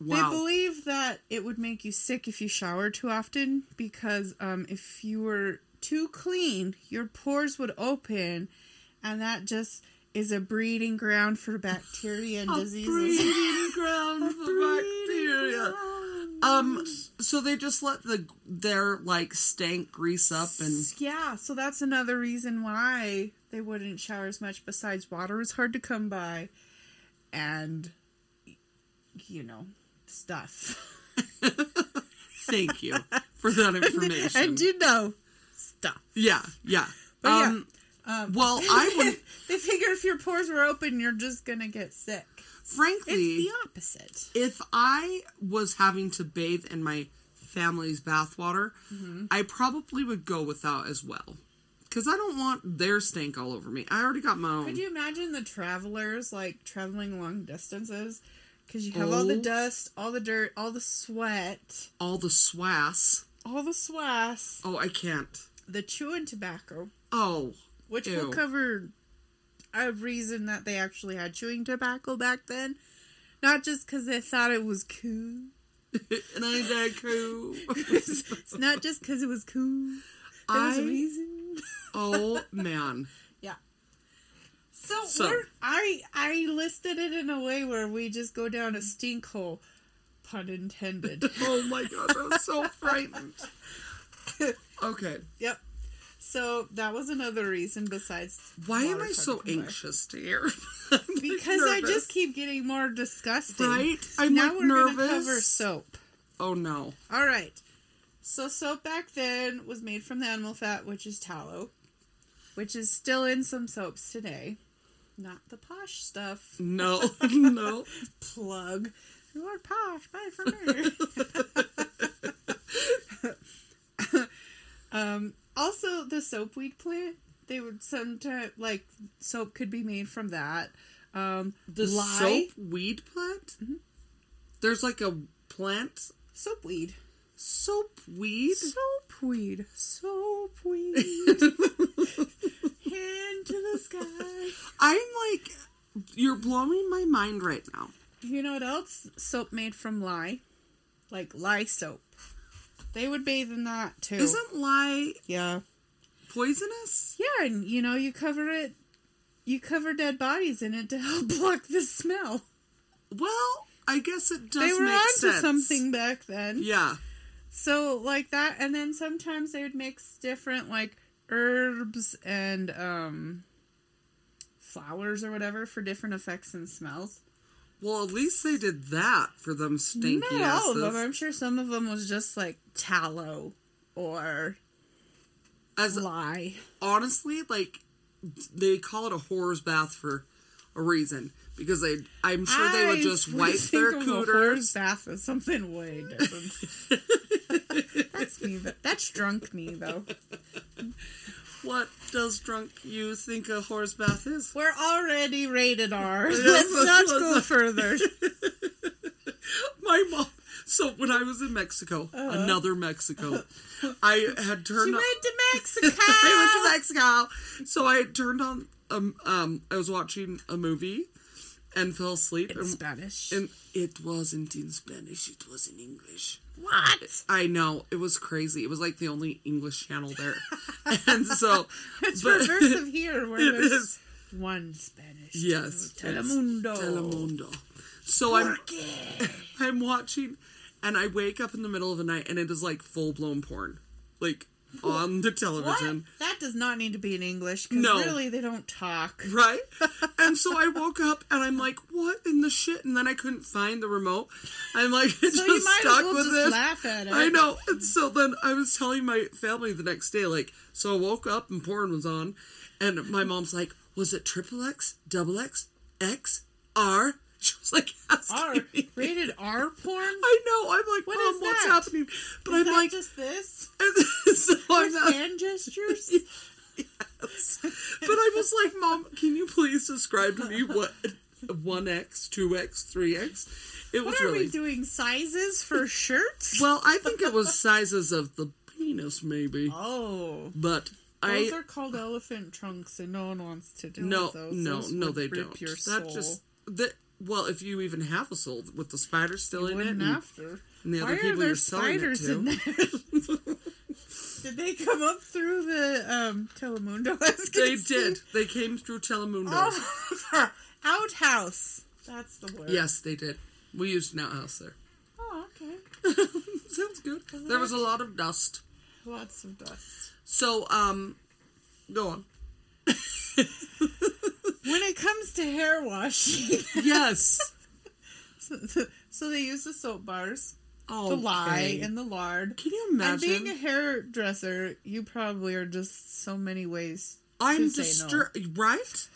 wow.
They believe that it would make you sick if you shower too often because um, if you were too clean, your pores would open and that just is a breeding ground for bacteria and diseases.
breeding ground for bacteria. Um, so they just let the their like stank grease up and
Yeah, so that's another reason why they wouldn't shower as much. Besides, water is hard to come by, and you know, stuff.
thank you for that information.
And you know, stuff.
yeah, yeah.
But yeah,
um, well, I would
they figure if your pores were open, you're just gonna get sick.
frankly.
The opposite.
if I was having to bathe in my family's bathwater,
Mm-hmm.
I probably would go without as well. Because I don't want their stink all over me. I already got my own.
Could you imagine the travelers like traveling long distances? Because you have all the
Oh.
dust, all the dirt, all the sweat,
all the swass.
all the swass,
Oh, I can't.
the chewing tobacco,
Oh.
which
Ew.
will cover a reason that they actually had chewing tobacco back then. Not just because they thought it was cool.
And I that cool.
It's not just because it was cool. There was a
I
reason.
oh man.
Yeah. So,
So-
We're, I I listed it in a way where we just go down a stink hole, pun intended.
Oh my gosh, I was so frightened. Okay.
yep. So that was another reason besides
Why am
water
I so
coming by.
anxious to hear?
Because I just keep getting more disgusting.
right. I'm
now
like
we're gonna cover
nervous.
soap.
Oh no.
All right. So soap back then was made from the animal fat, which is tallow, which is still in some soaps today. Not the posh stuff.
No. no.
plug. You are posh, buy from me. um, also, the soapweed plant. They would sometimes like soap could be made from that. Um,
The
lye,
soap weed plant?
Mm-hmm.
There's like a plant
soapweed,
soap weed?
soapweed, soapweed. Hand to the sky.
I'm like you're blowing my mind right now.
You know what else? Soap made from lye, like lye soap. They would bathe in that too.
Isn't lye
yeah.
poisonous?
Yeah, and you know, you cover it, you cover dead bodies in it to help block the smell.
Well, I guess it does
They were
make
onto
sense.
something back then.
Yeah.
So, like that, and then sometimes they would mix different, like, herbs and, um, flowers or whatever for different effects and smells.
Well, at least they did that for them stinky
Not all of
asses.
them. I'm sure some of them was just, like, tallow or
As
lye.
honestly, like they call it a horror's bath for a reason because they, I'm sure they would
I
just
would
wipe their
think of a
cooters.
horse bath as something way different. that's me. but That's drunk me though.
What does drunk you think a horse bath is?
We're already rated R. Let's not
let's
go
not.
further.
My mom. So when I was in Mexico,
Uh-huh.
another Mexico, I had
We
turned. on,
went to Mexico.
I went to Mexico, so I had turned on. Um, um, I was watching a movie, and fell asleep.
In
And,
Spanish.
and it wasn't in Spanish; it was in English.
what?
I know it was crazy. It was like the only English channel there, and so
It's
but-
reverse of here, where
It
there's
is.
one Spanish.
Yes,
Telemundo.
yes, Telemundo. So I'm I'm watching, and I wake up in the middle of the night, and it is like full blown porn, like on the
What?
television,
That does not need to be in English because
No.
really they don't talk.
right? and so I woke up, and I'm like, "What in the shit?" And then I couldn't find the remote. I'm like, it
So you
just
might
stuck
as well
with
just
it.
laugh at it.
I know. And so then I was telling my family the next day, like, so I woke up and porn was on, and my mom's like, was it triple X, double X, X, R? She was like, asking
R
me.
rated R porn.
I know. I'm like,
What
mom,
is
what's
that?
happening? But
Is
I'm
that
like,
just this?
so I'm not-
hand gestures.
but I was like, mom, can you please describe to me what one X, two X, three X? It was
What are
really
we doing? Sizes for shirts?
well. I think it was sizes of the penis, maybe,
Oh,
but. I,
those are called elephant trunks, and no one wants to do
No,
with those.
no,
Those
no,
would
they
rip
don't.
Your
That just that. Well, if you even have a soul with the spider still in it,
wouldn't
and-
after.
and the other
Why are
people
there
you're selling it
spiders in there? Did they come up through the um, Telemundo? I was gonna
They
say-
did. They came through Telemundo.
Oh, outhouse. That's the word.
Yes, they did. We used an outhouse there.
Oh, okay.
Sounds good. There was a lot of dust.
Lots of dust.
So, um, go on.
When it comes to hair washing,
Yes.
so they use the soap bars,
Oh,
the lye, and the lard.
can you
And
imagine?
being a hairdresser, you probably are just so many ways.
I'm
say no.
disturbed. Right?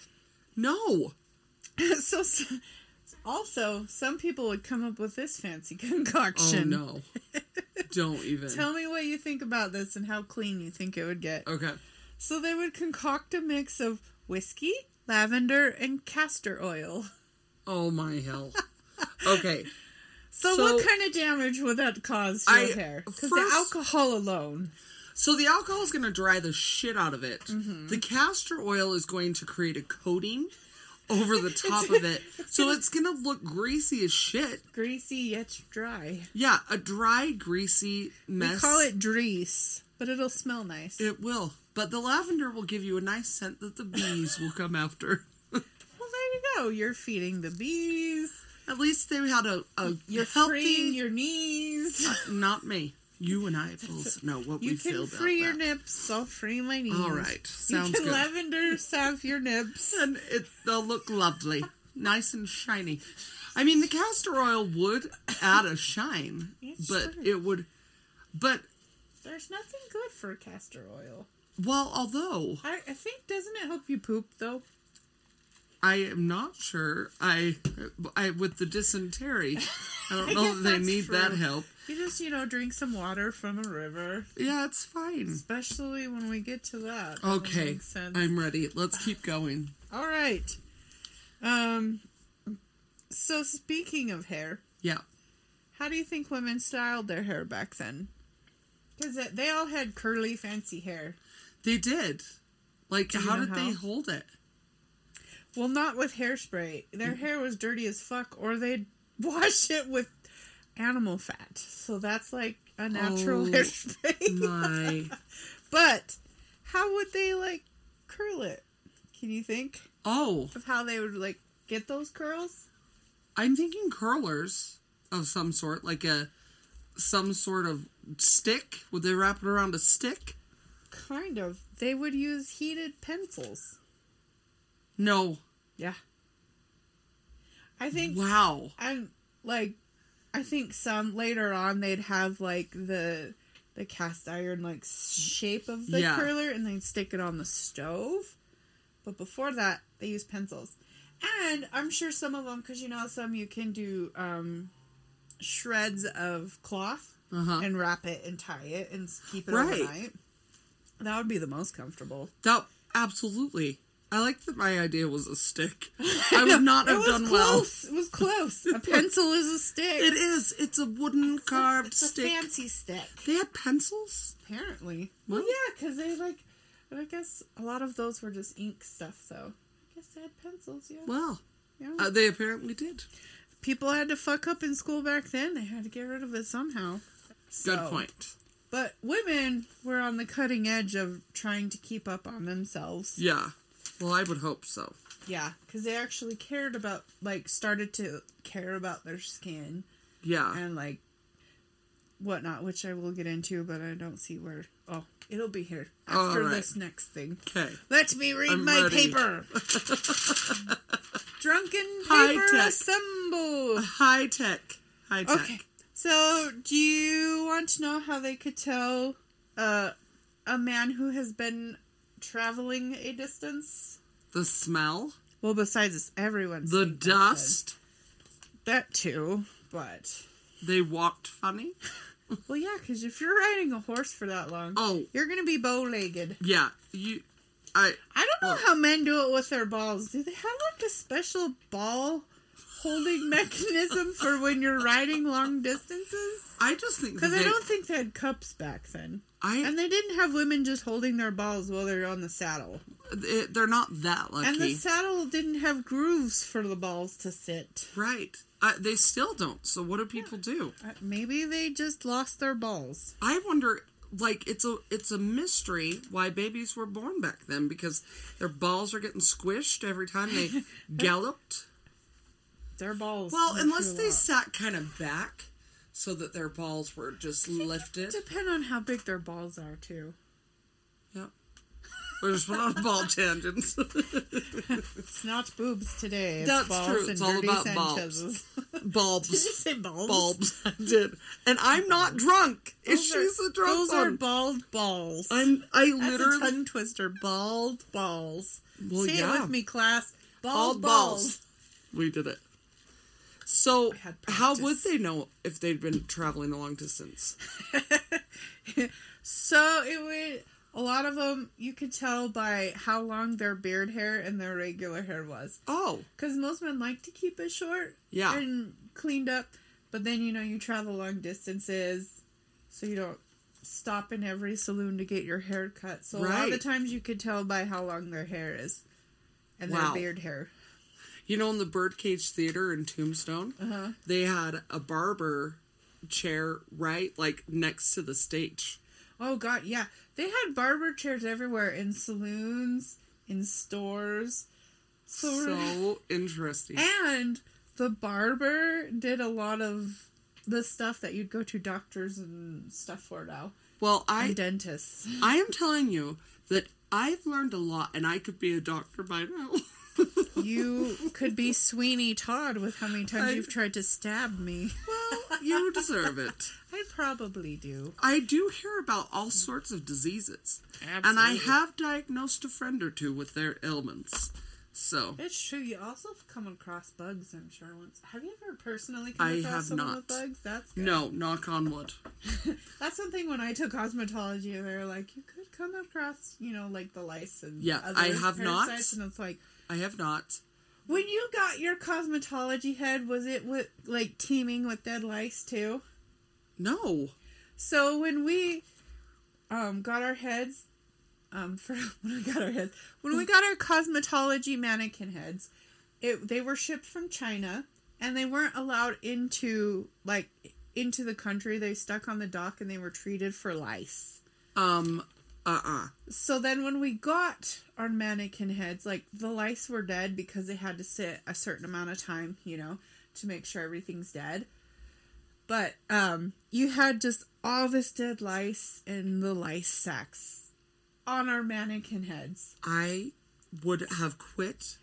No.
so, so, also, some people would come up with this fancy concoction.
Oh no! Don't even.
Tell me what you think about this and how clean you think it would get.
okay.
So they would concoct a mix of whiskey, lavender, and castor oil.
Oh my hell. Okay.
So,
So-
what kind of damage would that cause to
I-
your hair? Because the
first-
alcohol alone.
So the alcohol is going to dry the shit out of it. The castor oil is going to create a coating over the top of it, so it's going to look greasy as shit.
Greasy yet dry.
Yeah, a dry, greasy mess.
We call it drees, but it'll smell nice.
It will, but the lavender will give you a nice scent that the bees will come after.
well, there you go. You're feeding the bees.
At least they had a, a
You're
healthy.
freeing your knees.
Not me. You and I both know what we
You
feel
can
about
free your
that.
nips. I'll free my knees.
All right, sounds
you can
good.
lavender salve your nips.
and it, they'll look lovely, nice and shiny. I mean, the castor oil would add a shine,
It
but
sure
it would. But
There's nothing good for castor oil.
well, although
I, I think doesn't it help you poop though?
I am not sure, I, I with the dysentery, I don't know
guess
that they
that's
need that
true.
help.
You just you know drink some water from a river,
Yeah, it's fine.
especially when we get to that. That
Okay,
makes sense.
I'm ready. Let's keep going.
All right. Um. So speaking of hair,
Yeah,
how do you think women styled their hair back then? Because they all had curly, fancy hair.
they did. Like,
you
how
know
did they
how?
hold it?
Well, not with hairspray. Their hair was dirty as fuck, or they'd wash it with animal fat. So that's like a natural
Oh,
hairspray.
My.
But how would they like curl it? Can you think
Oh.
of how they would like get those curls?
I'm thinking curlers of some sort, like a some sort of stick. Would they wrap it around a stick?
Kind of. They would use heated pencils.
No.
Yeah. I think
Wow.
and like I think some later on they'd have like the the cast iron like shape of the
Yeah.
curler and they'd stick it on the stove. But before that, they used pencils. And I'm sure some of them cuz you know some you can do um shreds of cloth
Uh-huh.
and wrap it and tie it and s- keep it
Right.
overnight. That would be the most comfortable.
That absolutely. I like that my idea was a stick. I would not
It
have
was
done well.
close. It was close. A pencil is a stick.
It is. It's a wooden carved
it's a
stick.
fancy stick.
they had pencils?
Apparently. Well,
Well-
yeah, because they like. I guess a lot of those were just ink stuff, though. I guess they had pencils, yeah.
Well,
yeah.
uh, they apparently did.
People had to fuck up in school back then. They had to get rid of it somehow.
Good
So-
point.
But women were on the cutting edge of trying to keep up on themselves.
Yeah. Well, I would hope so.
Yeah, because they actually cared about, like, started to care about their skin
Yeah.
and, like, whatnot, which I will get into, but I don't see where. Oh, it'll be here after
Alright.
this next thing.
Okay.
Let me read
I'm
my
ready.
paper. Drunken
High
paper
tech.
assemble.
High tech. High tech.
Okay. So, do you want to know how they could tell uh, a man who has been traveling a distance?
The smell,
Well, besides this, everyone's
the
seen that
dust.
said. That too, but
They walked funny.
well, yeah, because if you're riding a horse for that long,
Oh.
you're gonna be bow-legged.
Yeah, you. I
I don't know
Look.
how men do it with their balls. Do they have like a special ball holding mechanism for when you're riding long distances?
I just think
Because
that they,
I don't think they had cups back then.
I
And they didn't have women just holding their balls while they're on the saddle.
it, they're not that lucky,
And the saddle didn't have grooves for the balls to sit.
right? Uh, they still don't. So what do people do?
Uh, Maybe they just lost their balls.
I wonder. like it's a it's a mystery why babies were born back then because their balls are getting squished every time they galloped.
Their balls.
Well,
were
unless
too
they
long.
sat kind of back so that their balls were just lifted.
Depend on how big their balls are too.
Yep. We're just on ball tangents.
It's not boobs today. It's
That's
balls
true.
And
It's all
dirty
about
Sanchez's. Did you
Bulbs.
say balls?
Bulbs. I did. And I'm not drunk. It's
Those are-
she's a drunk
Those are
one.
bald balls.
I'm I
That's
literally
a tongue twister. Bald balls.
Well,
Say it
yeah.
with me, class. Bald,
Bald
balls.
balls. We did it. So
had
how would
practice.
they know if they'd been traveling a long distance?
So it would. A lot of them, you could tell by how long their beard hair and their regular hair was.
Oh,
Because most men like to keep it short
Yeah.
and cleaned up. But then, you know, you travel long distances, so you don't stop in every saloon to get your hair cut. So a lot of the
Right.
times you could tell by how long their hair is and
Wow.
their beard hair.
you know, in the Birdcage Theater in Tombstone,
Uh-huh.
they had a barber chair right like next to the stage.
Oh, God, yeah. They had barber chairs everywhere in saloons, in stores. So,
So interesting.
And the barber did a lot of the stuff that you'd go to doctors and stuff for now.
Well,
And
I
dentists.
I am telling you that I've learned a lot, and I could be a doctor by now.
You could be Sweeney Todd with how many times
I-
you've tried to stab me.
well, you deserve it.
I probably do.
I do hear about all sorts of diseases, and I
Absolutely.
have diagnosed a friend or two with their ailments. So
It's true. You also have come across bugs, I'm sure. Once have you ever personally
I
come across
have
someone
not.
with bugs? That's good.
no, knock on wood.
That's one thing when I took cosmetology, they were like, you could come across, you know, like the lice and
Yeah,
other
I have not.
parasites, and it's like
I have not.
when you got your cosmetology head, was it with like teeming with dead lice too?
No.
So when we um, got our heads, um, for when we got our heads, when we got our cosmetology mannequin heads, it they were shipped from China and they weren't allowed into like into the country. They stuck on the dock and they were treated for lice.
Um. Uh. uh
So then when we got our mannequin heads, like the lice were dead because they had to sit a certain amount of time, you know, to make sure everything's dead. But um you had just all this dead lice and the lice sacks on our mannequin heads.
I would have quit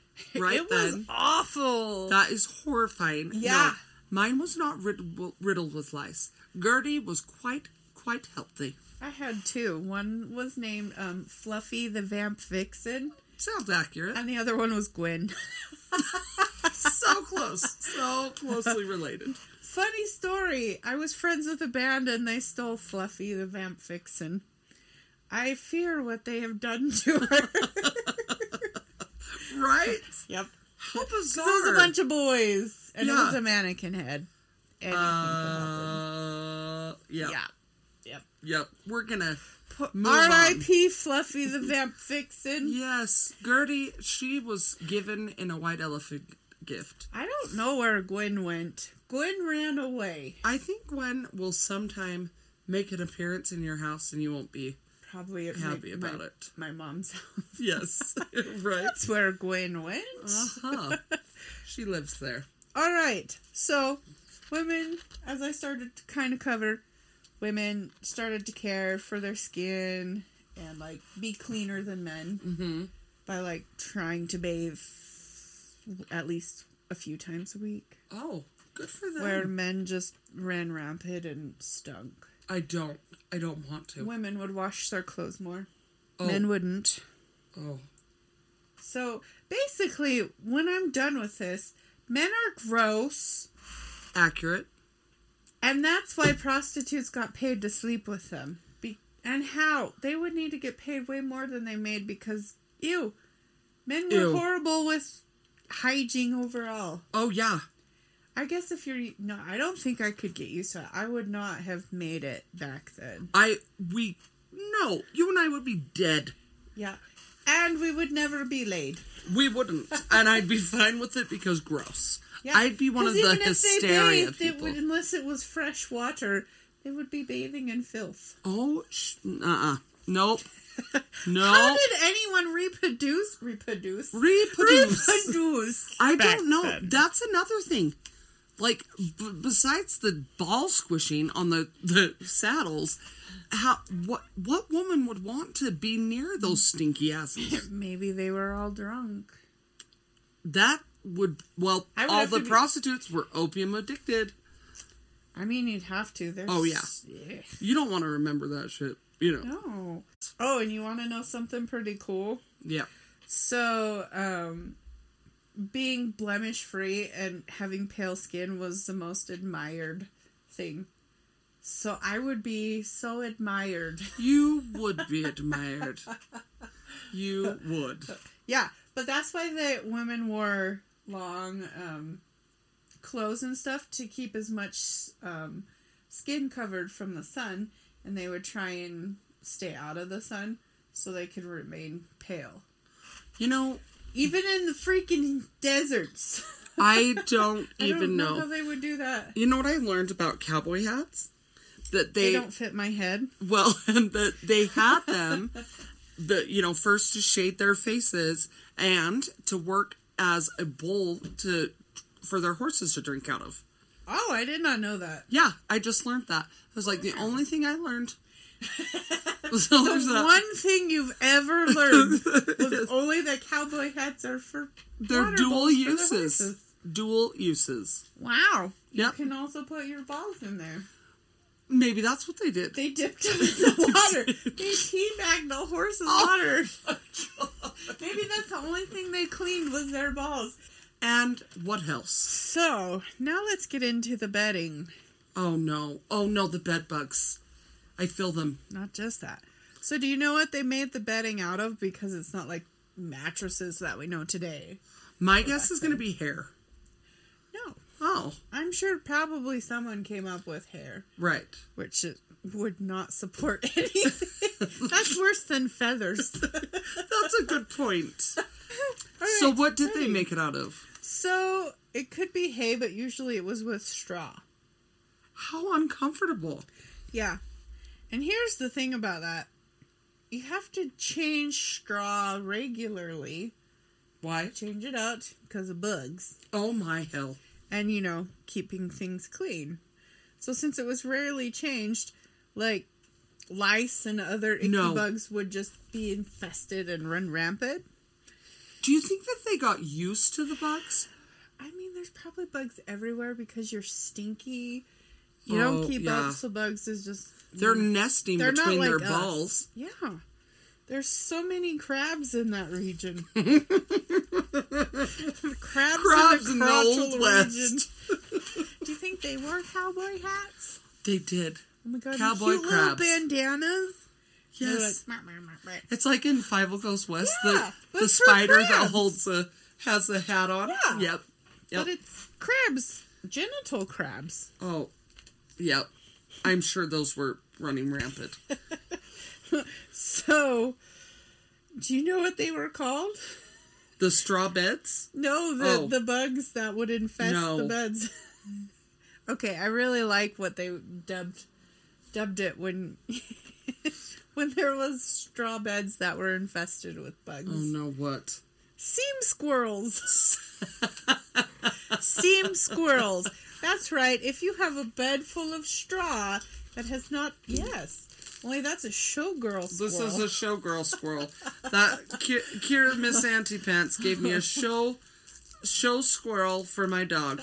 right
it was
then.
awful.
That is horrifying. No,
Yeah.
mine was not riddled, riddled with lice. Gertie was quite quite healthy.
I had two. One was named um Fluffy the Vamp Vixen
Sounds accurate.
and the other one was Gwen.
so close. So closely related.
Funny story. I was friends with a band and they stole Fluffy the Vamp Vixen. I fear what they have done to her.
Right?
yep.
How
So
bizarre.
it was a bunch of boys and it was
Yeah.
a mannequin head. Anything could happen.
Uh, yeah.
yeah. Yep.
Yep. We're gonna. Move on.
R.I.P. Fluffy the Vamp Vixen.
Yes, Gertie. She was given in a white elephant gift.
I don't know where Gwen went. Gwen ran away.
I think Gwen will sometime make an appearance in your house, and you won't be
Probably at my,
Happy about
my,
it.
My mom's house.
Yes, right.
That's where Gwen went.
Uh-huh. she lives there.
All right. So, women, as I started to kind of cover, women started to care for their skin and like be cleaner than men by like trying to bathe at least a few times a week,
Oh, good for them.
where men just ran rampant and stunk.
I don't. I don't want to.
Women would wash their clothes more,
Oh.
men wouldn't.
Oh,
So, basically, when I'm done with this, men are gross.
accurate.
And that's why prostitutes got paid to sleep with them. Be- and how? They would need to get paid way more than they made because, ew, men were
Ew.
horrible with hygiene overall.
Oh yeah.
I guess if you're. No, I don't think I could get used to it. I would not have made it back then.
I we no. You and I would be dead.
Yeah. And we would never be laid.
We wouldn't, and I'd be fine with it because gross.
Yeah.
I'd be one of
'Cause
the
even if they
hysteria
bathed, it
people.
would- unless it was fresh water, They would be bathing in filth.
Oh, sh- uh-uh. Nope.
How
No.
did anyone reproduce? Reproduce?
Reproduce.
Reproduce.
I
back
don't know.
then?
That's another thing. Like, b- besides the ball squishing on the, the saddles, how what what woman would want to be near those stinky asses?
Maybe they were all drunk.
That would well,
I would
all
have
the
to be-
prostitutes were opium addicted.
I mean, you'd have to. There's.
Oh, yeah.
yeah.
You don't want to remember that shit, you know?
No. Oh, and you want to know something pretty cool?
Yeah.
So, um, being blemish free and having pale skin was the most admired thing. So I would be so admired.
You would be admired. You would.
Yeah, but that's why the women wore long um, clothes and stuff to keep as much um, skin covered from the sun, and they would try and stay out of the sun so they could remain pale,
You know,
even in the freaking deserts.
I don't
I
even
don't know.
know.
how they would do that.
You know what I learned about cowboy hats? That
They
they,
don't fit my head.
well, and that they had them, the you know, first to shade their faces and to work as a bowl to for their horses to drink out of.
Oh, I did not know that.
Yeah, I just learned that. I was like, the only thing I learned. so there's that.
One thing you've ever learned was only that cowboy hats are for
They're
water
dual
bowls for the
uses.
horses.
Dual uses.
Wow.
Yep.
You can also put your balls in there.
Maybe that's what they did.
They dipped them in the water. they teabagged the horse's water. Oh. Maybe that's the only thing they cleaned was their balls.
and what else?
So now let's get into the bedding.
Oh no. Oh no, the bed bugs. I feel them.
Not just that. So do you know what they made the bedding out of? Because it's not like mattresses that we know today.
My guess is going to be hair.
No.
Oh,
I'm sure probably someone came up with hair,
right.
which it would not support anything. That's worse than feathers.
That's a good point.
All
So,
right,
what did they
ready.
make it out of?
So it could be hay, but usually it was with straw.
How uncomfortable.
Yeah. And here's the thing about that you have to change straw regularly,
Why?
change it out because of bugs,
Oh my hell.
and you know, keeping things clean. So since it was rarely changed, like lice and other icky
No.
bugs would just be infested and run rampant.
Do you think that they got used to the bugs?
I mean, there's probably bugs everywhere because you're stinky. You don't
Oh,
keep
yeah.
up, so bugs is just
They're nesting
Mm. They're
between
not
their
like us.
balls.
Yeah. There's so many crabs in that region. crabs,
Crabs
in
in
the,
the
crotchal
Old West.
region. Do you think they wore cowboy hats?
They did.
Oh my god, and
Cowboy
cute little
crabs.
bandanas. They're
Yes.
like, "Meow, meow, meow, meow."
It's like in Five Will Goes West,
Yeah,
the
but
the
for
spider that
crabs.
holds the has the hat on.
Yeah.
Yep. Yep.
But it's crabs, genital crabs.
oh, yep. I'm sure those were running rampant.
So, do you know what they were called?
The straw beds.
No, the
Oh.
the bugs that would infest the
No.
beds. okay, I really like what they dubbed dubbed it when when there was straw beds that were infested with bugs.
Oh no, what?
Seam squirrels. Seam squirrels. That's right. If you have a bed full of straw that has not yes. Only that's a showgirl squirrel.
This is a showgirl squirrel. that Ki- Kira Miss Auntie Pants gave me a show show squirrel for my dog,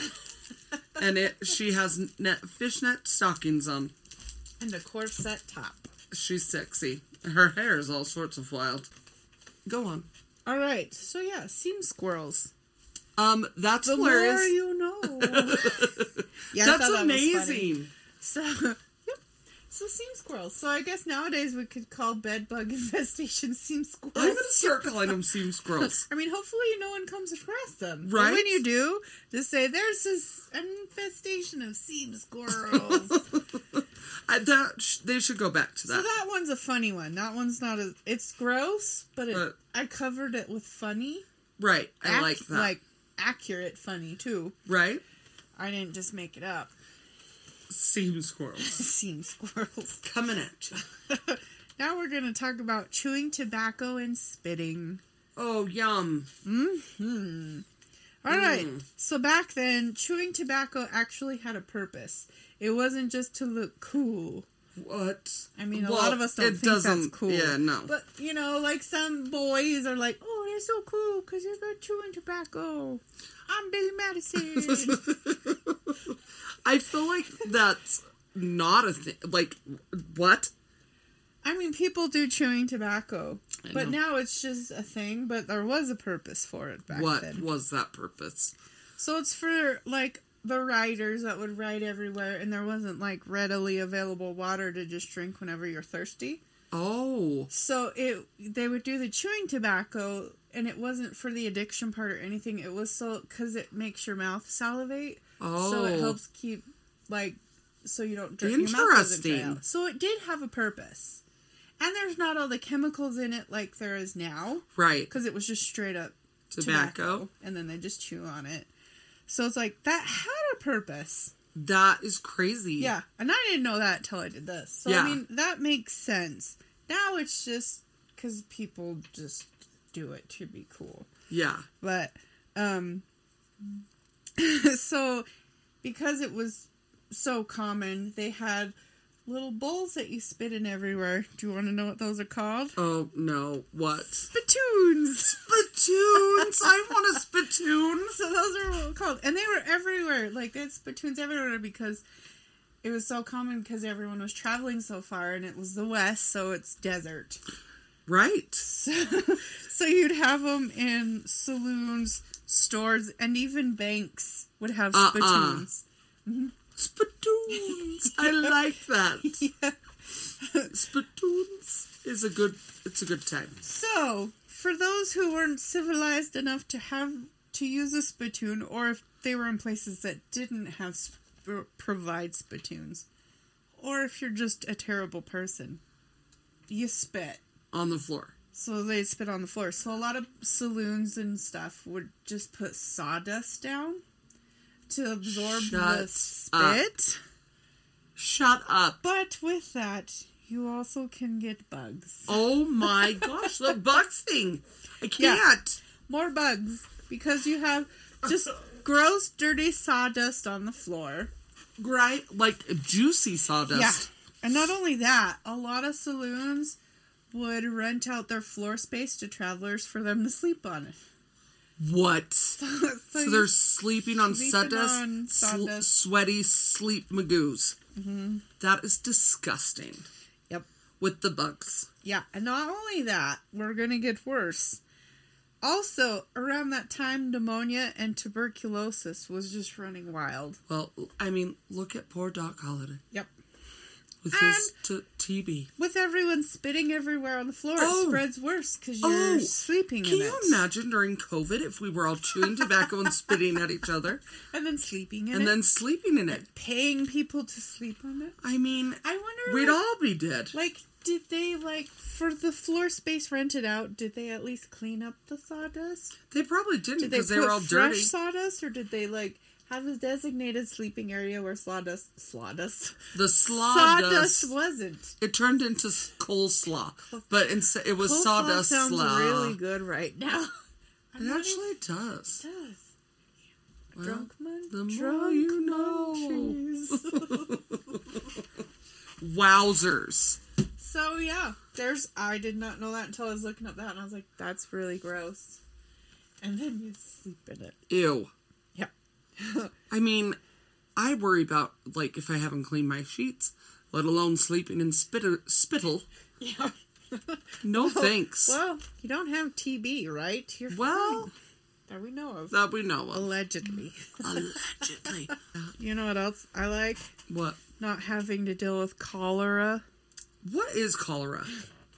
and it she has net, fishnet stockings on.
and a corset top.
She's sexy. Her hair is all sorts of wild. Go on.
All right. So yeah, seam squirrels.
Um, that's
The
hilarious.
more you know. yeah, I
that's
thought that was funny.
amazing.
So, yep. So seam squirrels. So I guess nowadays we could call bed bug infestation seam
I'm
squirrels.
gonna start calling them seam squirrels.
I mean, hopefully no one comes across them. But
Right?
when you do, just say there's this infestation of seam squirrels. so
I, that sh- they should go back to that.
that one's a funny one. That one's not a. It's gross, but it,
But-
I covered it with funny.
right, I
Ac-
like that.
Like accurate funny too.
right,
I didn't just make it up.
Seam squirrels
Seam squirrels.
coming at you.
Now we're going to talk about chewing tobacco and spitting.
Oh, yum.
All right.
Mm.
So back then, chewing tobacco actually had a purpose. It wasn't just to look cool.
What?
I mean, a
Well,
lot of us don't
it
think that's
doesn't-
cool.
Yeah, no.
But you know, like some boys are like, "Oh, they're so cool because they're not chewing tobacco." I'm Billy Madison.
I feel like that's not a thing. Like, what?
I mean, people do chewing tobacco,
I
but
know.
now it's just a thing. But there was a purpose for it back
what
then.
was that purpose?
So it's for like the riders that would ride everywhere, and there wasn't like readily available water to just drink whenever you're thirsty.
Oh,
So it they would do the chewing tobacco, and it wasn't for the addiction part or anything. It was so because it makes your mouth salivate, so
Oh.
it helps keep like so you don't dry, your mouth doesn't dry
Interesting.
out. So it did have a purpose, and there's not all the chemicals in it like there is now
right.
because it was just straight up
Tobacco.
and then they just chew on it. So it's like that had a purpose.
That is crazy.
Yeah, and I didn't know that till I did this. So
Yeah.
I mean, that makes sense. Now it's just because people just do it to be cool.
Yeah.
But um, so because it was so common, they had little bowls that you spit in everywhere. Do you want to know what those are called?
Oh, no. What?
Spittoons.
Spittoons. I want a spittoon.
So those are what were called, and they were everywhere. Like they had spittoons everywhere because it was so common because everyone was traveling so far, and it was the West, so it's desert.
Right.
So, so you'd have them in saloons, stores, and even banks would have
Uh-uh.
spittoons.
Spittoons. I like that. Spittoons is a good. It's a good time.
So for those who weren't civilized enough to have to use a spittoon, or if they were in places that didn't have sp- provide spittoons, or if you're just a terrible person, you spit.
On the floor.
So they spit on the floor. So a lot of saloons and stuff would just put sawdust down to absorb the
Shut
spit.
Shut up.
But with that, you also can get bugs.
Oh my gosh, the bug thing. I
Yeah.
can't.
More bugs because you have just gross, dirty sawdust on the floor.
Right? Like juicy sawdust.
And not only that, a lot of saloons would rent out their floor space to travelers for them to sleep on.
What? So,
so you-
they're sleeping on
sleeping
sawdust,
on
sl-
sawdust. Mm-hmm.
sweaty sleep magoos. That is disgusting
yep.
with the bugs.
Yeah, and not only that, we're going to get worse. Also, around that time, pneumonia and tuberculosis was just running wild.
Well, I mean, look at poor Doc Holliday
Yep.
with his t- TB.
With everyone spitting everywhere on the floor,
Oh.
it spreads worse because you're
Oh,
sleeping
Can
in
you
it.
imagine during COVID if we were all chewing tobacco and spitting at each other
And then sleeping in
and
it.
then sleeping in it?
paying people to sleep on it.
I mean,
I wonder,
we'd
like,
all be dead.
like, did they, like, for the floor space rented out, did they at least clean up the sawdust?
They probably didn't
Did they
because
put
they, were all
fresh
dirty.
sawdust, or did they like have a designated sleeping area where sawdust, sawdust,
The
sawdust,
sawdust.
wasn't?
It turned into s- coleslaw, but instead it was
Coleslaw
sawdust
sounds
slaw.
really good right now. I'm
It
not
actually does.
even- it does. Drunk man,
the more
drunk
you know.
munchies.
Wowzers!
so yeah, there's. I did not know that until I was looking up that, and I was like, "That's really gross." And then you sleep in it.
Ew.
Yeah.
I mean, I worry about like if I haven't cleaned my sheets, let alone sleeping in spitter, spittle.
Yeah.
No thanks.
Well, you don't have TB, right? You're
Well,
fine. That we know of.
that we know of.
Allegedly.
Allegedly.
You know what else I like?
what?
Not having to deal with cholera.
What is cholera?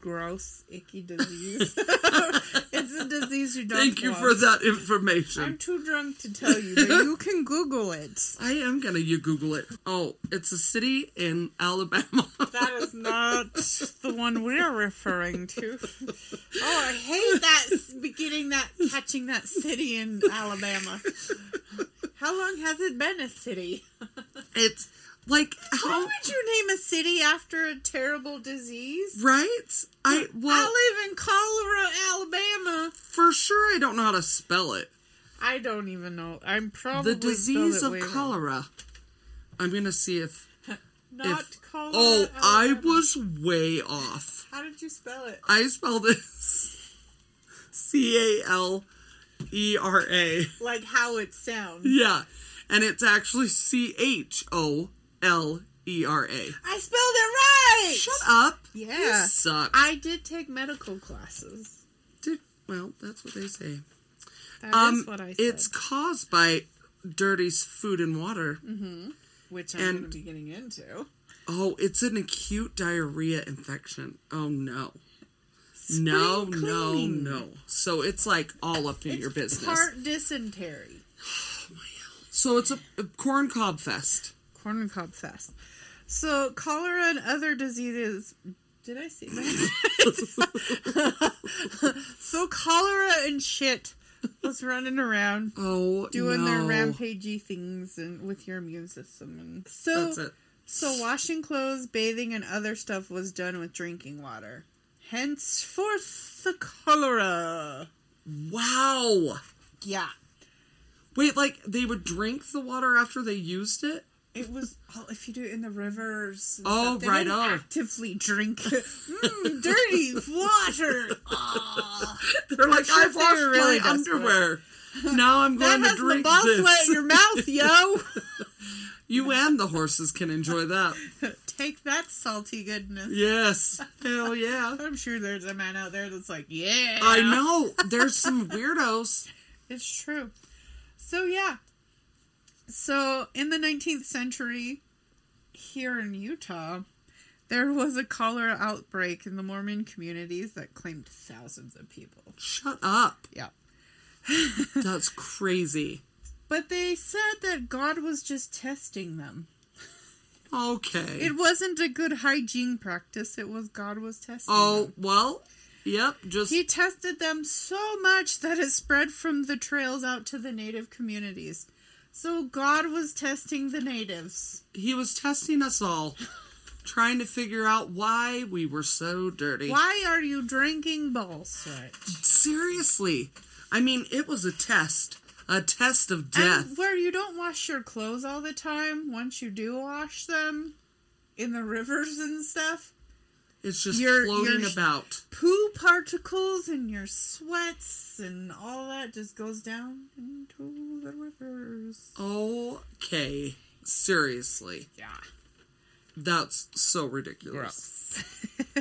Gross, icky disease. it's a disease you don't
Thank you
want.
for that
I'm
information.
too drunk to tell you, but you can Google it.
I am gonna you Google it. Oh, it's a city in Alabama.
That is not the one we're referring to. Oh, I hate that s- beginning that catching that city in Alabama. How long has it been a city?
It's like
Why
how
would you name a city after a terrible disease?
right? I well
I live in Colorado, Alabama.
for sure I don't know how to spell it.
I don't even know. I'm probably
The
spelled
disease
it
of
way wrong.
cholera. I'm gonna see if
Not
if-
Colorado.
oh I
Alabama.
was way off.
How did you spell it?
I spelled it C A L E R A.
Like how it sounds.
Yeah. And it's actually C H O L E R A.
I spelled it right.
Shut up. You
Yeah.
suck.
I did take medical classes.
Did- well, that's what they say.
That is
Um,
what I said.
It's caused by dirty s- food and water.
Mm. which I'm
and-
going to be getting into.
Oh, it's an acute diarrhea infection. Oh, no. no,
Spring cleaning.
no, no. So it's like all up in your business.
Part dysentery.
so it's a, a corn cob fest.
Corn cob fest. So cholera and other diseases. Did I say that? so cholera and shit was running around
Oh,
doing their
no.
rampagey things and with your immune system and so
That's it.
so washing clothes, bathing, and other stuff was done with drinking water. Henceforth, the cholera.
Wow.
Yeah.
Wait, like they would drink the water after they used it?
It was oh, if you do it in the rivers. and
Oh,
stuff, they
right
didn't
on.
Actively drink mm, dirty water. Ah.
They're like,
sure
I've
if they
washed
were really
my
desperate."
underwear. Now I'm
that
going to
has the
drink
ball sweat
this.
in your mouth, yo.
you and the horses can enjoy that.
Take that salty goodness.
Yes. Hell yeah.
I'm sure there's a man out there that's like, yeah.
I know. There's some weirdos.
It's true. So yeah. So in the 19th century, here in Utah, there was a cholera outbreak in the Mormon communities that claimed thousands of people.
Shut up.
Yeah.
That's crazy.
But they said that God was just testing them.
Okay.
It wasn't a good hygiene practice. It was God was testing
Oh,
them.
well, yep. Just
He tested them so much that it spread from the trails out to the native communities. So God was testing the natives.
he was testing us all, trying to figure out why we were so dirty.
Why are you drinking ball sweat?
Seriously. I mean, it was a test. A test of death.
And where you don't wash your clothes all the time, once you do wash them in the rivers and stuff,
It's just
You're-
floating
you're-
about.
poo particles and your sweats and all that just goes down into the rivers.
Okay. Seriously.
Yeah.
That's so ridiculous.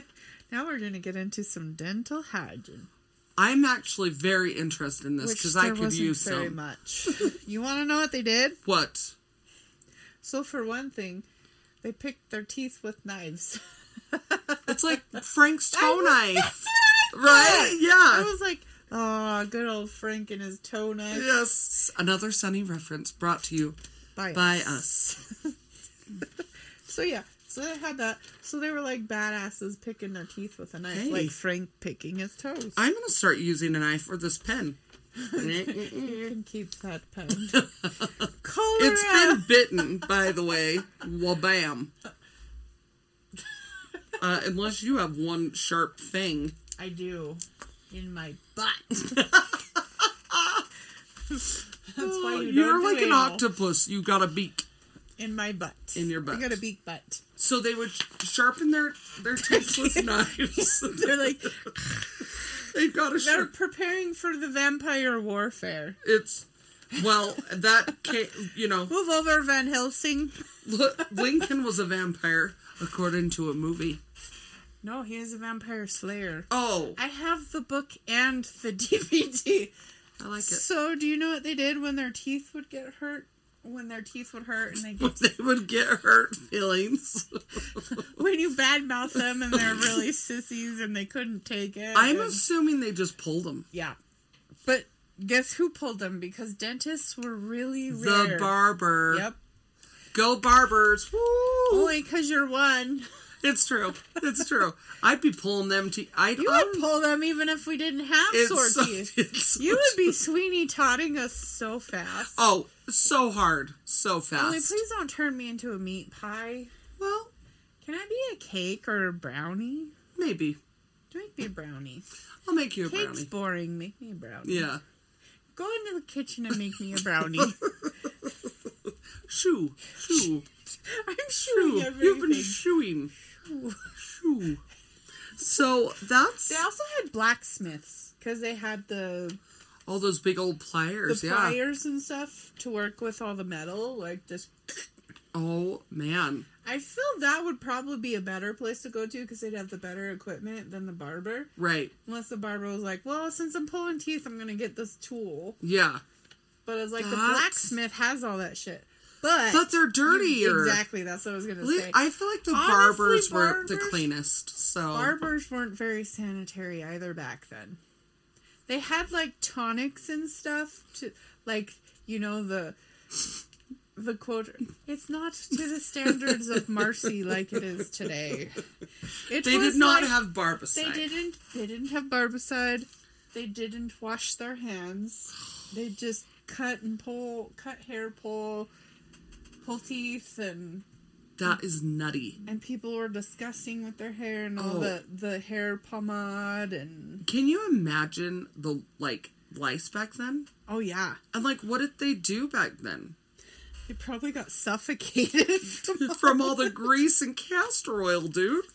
now we're going to get into some dental hygiene,
I'm actually very interested in this
which
because
there
I could
wasn't
use
very
some.
much. you want to know what they did?
What?
So, for one thing, they picked their teeth with knives.
It's like Frank's toe knife.
Right?
Right?
I
Yeah.
was like, oh, good old Frank and his toe knife.
Yes. Another sunny reference brought to you
By,
by
us.
us.
So yeah, so they had that. So they were like badasses picking their teeth with a knife,
Hey.
like Frank picking his toes.
I'm going to start using a knife for this pen.
you can keep that pen.
It's
Cholera.
been bitten, by the way. Well, bam. Uh, unless you have one sharp thing.
I do in my butt. That's why you
You're
don't do
like an
anal.
octopus. You got a beak
in my butt.
in your butt.
I got a big butt.
So they would sh- sharpen their their teeth with knives.
They're like
They've got to
they're
sharp.
preparing for the vampire warfare.
It's well that ca you know
Move over, Van Helsing.
L- Lincoln was a vampire according to a movie.
No, he is a vampire slayer.
Oh,
I have the book and the DVD.
I like it.
So, do you know what they did when their teeth would get hurt? When their teeth would hurt, and they get
They would get hurt feelings.
when you badmouth them, and they're really sissies, and they couldn't take it.
I'm
and-
assuming they just pulled them.
yeah, but guess who pulled them? Because dentists were really rare.
The barber.
Yep.
Go barbers. Woo!
Only because you're one.
It's true. It's true. I'd be pulling them teeth. I'd oh,
You would pull them even if we didn't have sore teeth. You would be Sweeney Todding us so fast.
Oh, so hard, so fast.
Only please don't turn me into a meat pie.
Well,
Can I be a cake or a brownie?
maybe
Do make me a brownie.
I'll make you a
Cake's
brownie.
boring. Make me a brownie.
Yeah,
Go into the kitchen and make me a brownie.
shoo, shoo,
I'm
shoo.
shooing
You've been
everything.
shooing, shoo. So that's
They also had blacksmiths because they had the
all those big old
the
pliers. yeah.
pliers and stuff to work with all the metal. Like just,
Oh man.
I feel that would probably be a better place to go to because they'd have the better equipment than the barber.
Right.
Unless the barber was like, "Well, since I'm pulling teeth, I'm gonna get this tool."
Yeah.
But it's like the
That's-
blacksmith has all that shit. But
But they're dirtier.
Exactly. That's what I was gonna
Le-
say.
I feel like the
Honestly,
barbers were the
barbers-
cleanest. So
Barbers weren't very sanitary either back then. They had like tonics and stuff to like you know the the quote it's not to the standards of Marcy like it is today. It
they
was
did not
like-
have
they
barbicide.
didn't they didn't have barbicide. They didn't wash their hands. They just cut and pull cut hair pull pull teeth and
That is nutty.
and people were disgusting with their hair and all
Oh.
the the hair pomade and
Can you imagine the like lice back then?
oh yeah
And like, what did they do back then?
they probably got suffocated from-
From all the grease and castor oil, dude.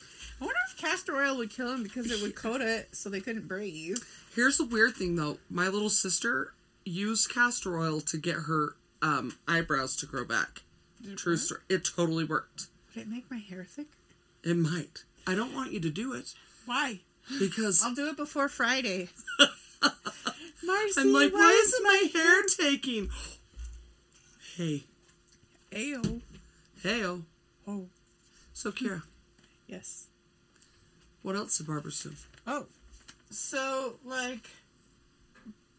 i wonder if castor oil would kill them because it would coat it so they couldn't breathe
Here's the weird thing though. My little sister used castor oil to get her um, eyebrows to grow back. True story. It totally worked.
would it make my hair thick
It might. I don't want you to do it
why
because
i'll do it before friday marcy
I'm like,
why,
why isn't my hair taking? Hey,
ayo
hey, oh.
oh
So, Kira,
yes
what else did barbers do?
oh so like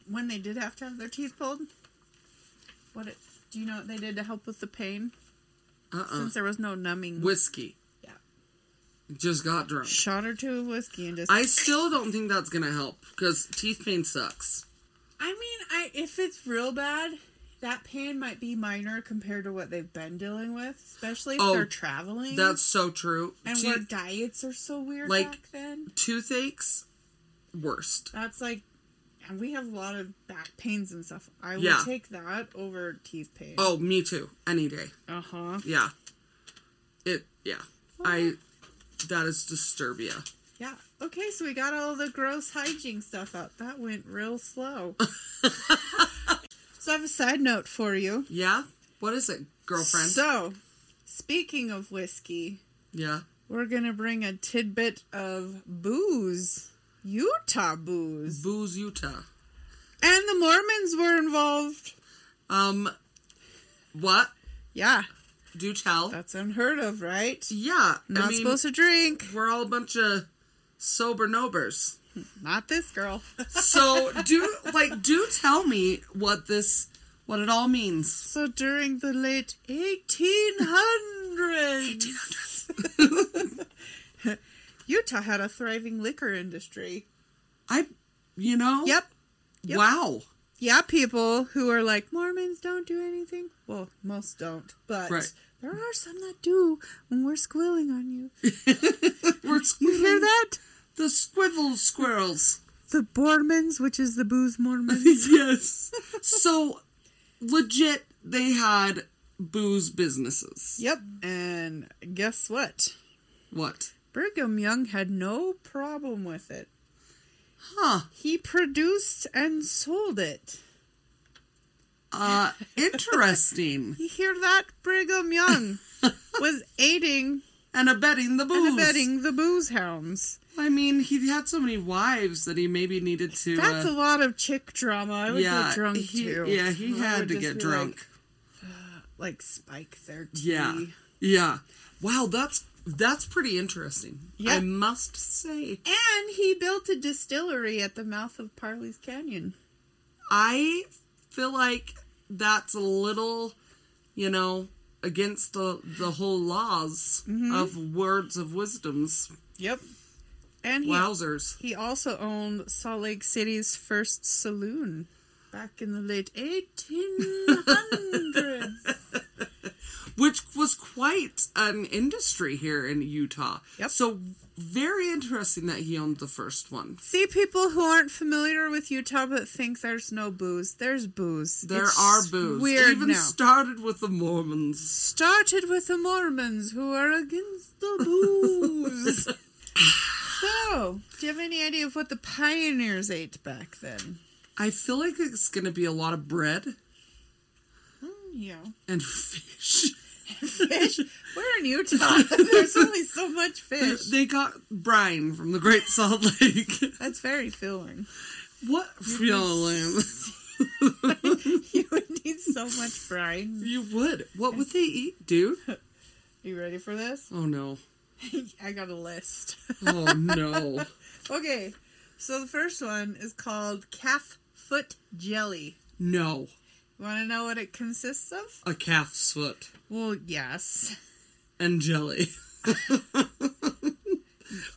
when they did have to have their teeth pulled what it, do you know what they did to help with the pain
Uh uh
since there was no numbing
Whiskey.
yeah
Just got drunk.
shot or two of whiskey and just. I,
I still don't think that's gonna help because teeth pain sucks.
mean, I if it's real bad, that pain might be minor compared to what they've been dealing with, especially if
Oh,
they're traveling.
That's so true.
and
Te-
where diets are so weird
like-
back then.
toothaches, worst.
That's like, and we have a lot of back pains and stuff. I would
Yeah.
take that over teeth pain.
Oh, me too. Any day.
Uh huh.
Yeah. It. Yeah. I. That is disturbia.
Yeah. Okay, so we got all the gross hygiene stuff out. That went real slow. so I have a side note for you.
Yeah. What is it, girlfriend?
So, speaking of whiskey,
yeah.
We're gonna bring a tidbit of booze, Utah booze,
Booze Utah.
and the Mormons were involved.
Um. What?
Yeah,
Do tell.
that's unheard of, right?
yeah.
Not
I mean,
supposed to drink.
we're all a bunch of sober nobers.
Not this girl.
So do like do tell me what this what it all means.
so during the late 1800s, Utah had a thriving liquor industry.
I you know?
Yep. yep.
Wow.
yeah, people who are like Mormons don't do anything. Well, most don't, but
Right.
there are some that do. When we're squealing on you,
We're
you hear that?
the squivel squirrels.
The Bormans, which is the booze Mormons.
yes. So legit they had booze businesses.
yep. And guess what?
What?
Brigham Young had no problem with it.
Huh.
He produced and sold it.
Uh interesting.
You hear that? Brigham Young was aiding
and abetting the booze.
and abetting the booze hounds.
I mean, he had so many wives that he maybe needed to
That's
uh,
a lot of chick drama. I would get drunk
he,
too.
Yeah, he
I
had
would
to
just
get
be
drunk.
Like, like spike their tea.
yeah. Yeah. Wow, that's that's pretty interesting.
Yeah.
I must say.
And he built a distillery at the mouth of Parley's Canyon.
I feel like that's a little, you know, against the the whole laws
Mm-hmm.
of words of wisdoms.
Yep. And he
Wowzers.
He also owned Salt Lake City's first saloon. back in the late 1800s.
which was quite an industry here in Utah.
Yep.
So very interesting that he owned the first one.
See, people who aren't familiar with Utah but think there's no booze. There's booze.
There
It's
are booze.
Weird
Even
now.
started with the Mormons.
Started with the Mormons who are against the booze. so, do you have any idea of what the pioneers ate back then?
I feel like it's going to be a lot of bread Hmm,
Yeah.
and fish.
Fish? We're in Utah. There's only so much fish.
they got brine from the Great Salt Lake.
That's very filling.
what feeling?
You would need so much brine.
you would. What would they eat, dude?
You ready for this?
Oh no.
I got a list.
Oh no.
Okay, so the first one is called calf foot jelly.
No.
You want to know what it consists of?
A calf's foot
Well, yes.
and jelly. oh,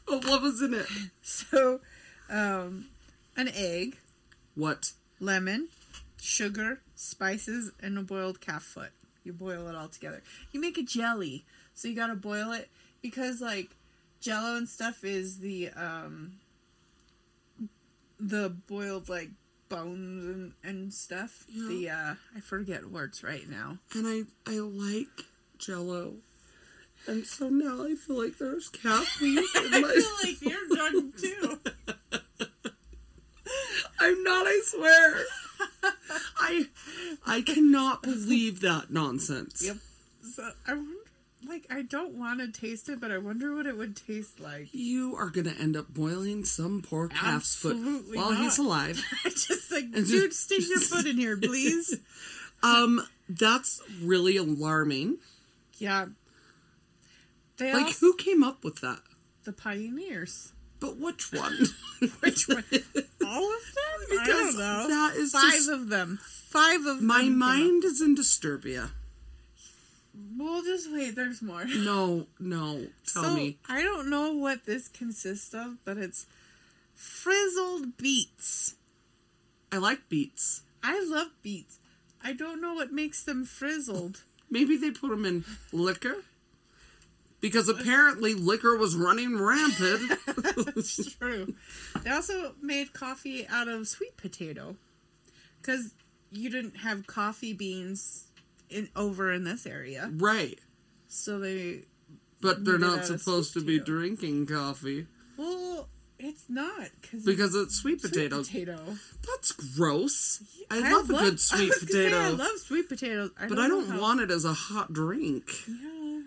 what was in it?
So, um, an egg,
What?
lemon, sugar, spices, and a boiled calf foot. You boil it all together. You make a jelly. So you gotta boil it because like jello and stuff is the um the boiled like bones and, and stuff.
Yeah.
The uh I forget words right now.
And I I like Jello. And so now I feel like there's caffeine in my.
I feel like you're done too.
I'm not. I swear. I I cannot believe that nonsense.
Yep. So I wonder like I don't wanna taste it, but I wonder what it would taste like.
You are gonna end up boiling some poor calf's
Absolutely
foot while he's
not.
alive.
I just like, dude, stick your foot in here, please.
Um, that's really alarming.
Yeah. They
Like,
also,
who came up with that?
the pioneers.
But which one?
Which one? All of them? I
Because
don't know.
that is
five
just-
of them. Five of
My
them.
mind is in Disturbia.
We'll just wait. There's more.
No, no, tell
so
me.
I don't know what this consists of, but it's frizzled beets.
I like beets.
I love beets. I don't know what makes them frizzled.
Maybe they put them in liquor because apparently liquor was running rampant.
It's true. They also made coffee out of sweet potato because you didn't have coffee beans in over in this area,
right.
so they
But they're
Made it
not
out of
supposed to
sweet
be
potato.
drinking coffee
well, it's not cause
because it's sweet
it's
potato.
Sweet potato.
That's gross. I, love, a good
I
sweet
was gonna say,
potato,
I love sweet potatoes, I
but I
know
don't
how-
want it as a hot drink.
Yeah,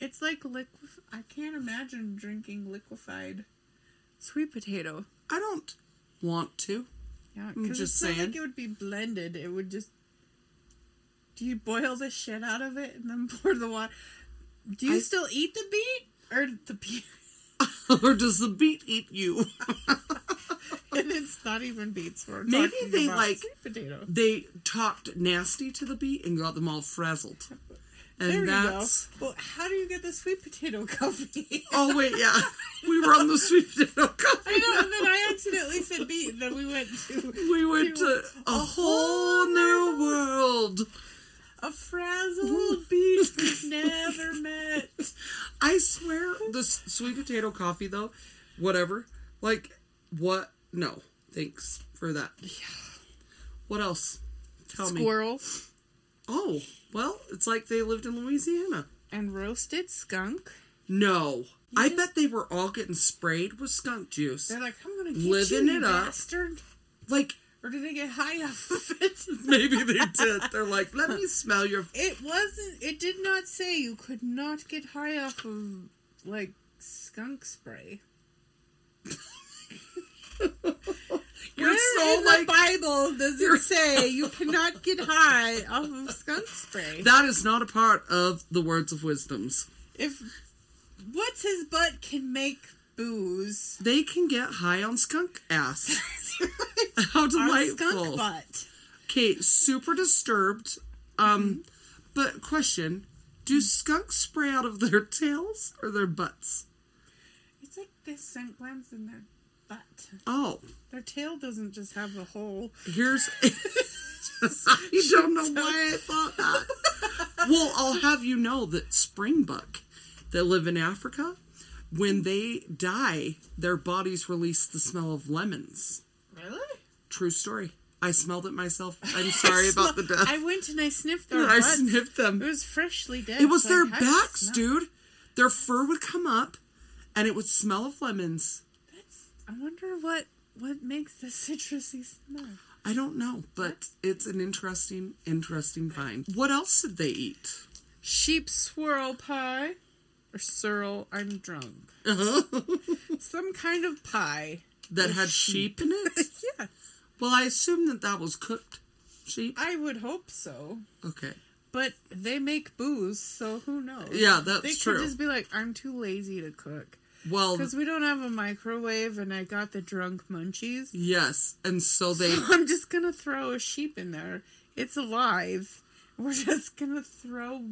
it's like liquef. I can't imagine drinking liquefied sweet potato.
I don't want to.
Yeah, because
just
it's not
saying.
like it would be blended. It would just. Do you boil the shit out of it and then pour the water? Do you
I-
still eat the beet or the beet?
or does the beet eat you?
and it's not even beets. We're
Maybe
talking
they,
about
like-
sweet potato.
they talked nasty to the beet and got them all frazzled. And
There you go.
that's
Well, how do you get the sweet potato coffee?
Oh wait, yeah. We were on the sweet potato coffee.
I know, and then I accidentally said beet, and then we went to
We went to a whole new world.
a frazzled beet we've never met.
I swear, the s- sweet potato coffee though, whatever. Like, what? No, thanks for that. What else? Tell me.
Squirrel
Oh, well, it's like they lived in Louisiana.
and roasted skunk.
No, I
Yes.
bet they were all getting sprayed with skunk juice.
They're like, I'm gonna get
Living
you, you
it up.
bastard.
Like,
Or did they get high off of it?
maybe they did. They're like, let me smell your.
It wasn't. It did not say you could not get high off of like skunk spray.
You're
Where
so
in the
like
Bible does
You're-
it say you cannot get high off of skunk spray?
that is not a part of the words of wisdoms.
if what's his butt can make booze.
They can get high on skunk ass.
Our
How
skunk
delightful.
butt.
Okay, super disturbed. Um, but question: Do skunks spray out of their tails or their butts?
It's like there's scent glands in there. butt.
Oh,
Their tail doesn't just have a hole.
here's. I don't know why I thought that. well, I'll have you know that springbuck that live in Africa, when they die, their bodies release the smell of lemons.
Really?
True story. I smelled it myself. I'm sorry about the death.
I went and I sniffed their
I
butts.
sniffed them.
It was freshly dead.
It was
so
their
I had to
backs,
smell.
dude. Their fur would come up, and it would smell of lemons.
That's, I wonder what what makes the citrusy smell.
I don't know, but it's an interesting, interesting find. What else did they eat?
Sheep swirl pie, or swirl. I'm drunk. Some kind of pie.
That had sheep in it?
Yeah,
Well, I assume that that was cooked sheep.
I would hope so.
Okay.
But they make booze, so who knows?
Yeah, that's
they
true. Um,
could just be like, I'm too lazy to cook
Well,
because we don't have a microwave, and I got the drunk munchies.
yes, and so they
I'm just gonna throw a sheep in there. It's alive. We're just gonna throw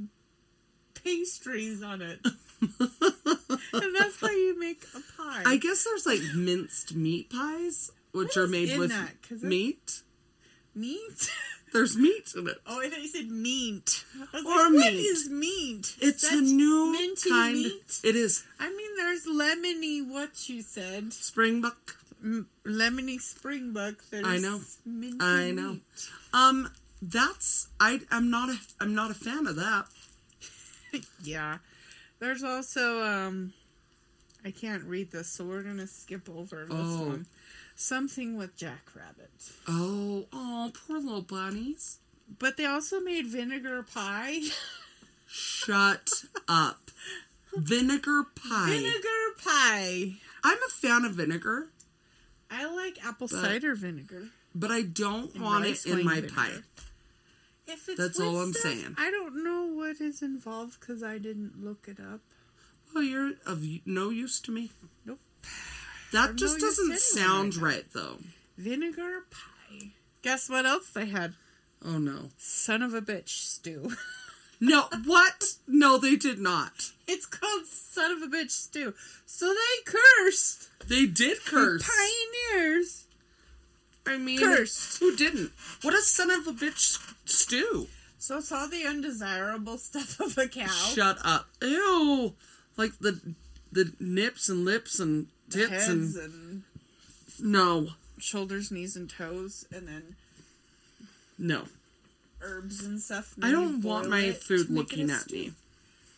pastries on it, and that's how you make a pie.
I guess there's like minced meat pies, which
What
are
is
made
in
with
that? 'Cause it's-
meat.
meat.
There's meat in it.
Oh, I thought you said meat. I was like,
Or
What
meat.
is meat?
It's a
That's
new
minty
kind.
meat?
It is
I mean, there's lemony. What you said?
springbuck.
M- lemony springbuck. That
I
is
know.
minty
I know.
meat.
Um, that's I. I'm not a. I'm not a fan of that.
Yeah. There's also um, I can't read this, so we're gonna skip over this
Oh.
one. Something with jackrabbit.
Oh, oh, poor little bunnies.
But they also made vinegar pie.
Shut up. Vinegar pie.
vinegar pie.
I'm a fan of vinegar,
I like apple cider vinegar.
but I don't want
rice
it in
wine
my
vinegar.
pie.
If it's
That's all
with
I'm
stuff,
saying.
I don't know what is involved because I didn't look it up.
Well, you're of no use to me.
Nope.
That
Of
just
no use to
doesn't
anyone right
sound
now.
right, though.
Vinegar pie. Guess what else they had?
Oh no.
Son of a bitch stew.
No, what? No, they did not.
it's called son of a bitch stew. So they cursed.
They did curse.
Pioneers.
I mean,
Cursed.
Who didn't? What a son of a bitch stew.
So it's all the undesirable stuff of a cow.
Shut up. Ew. Like the the nips and lips and tits
Heads
and
and
no,
shoulders, knees, and toes, and then
no.
herbs and stuff. and
I
then
don't
you
want
boil
my
it to make it
food
a
looking at
stew.
me.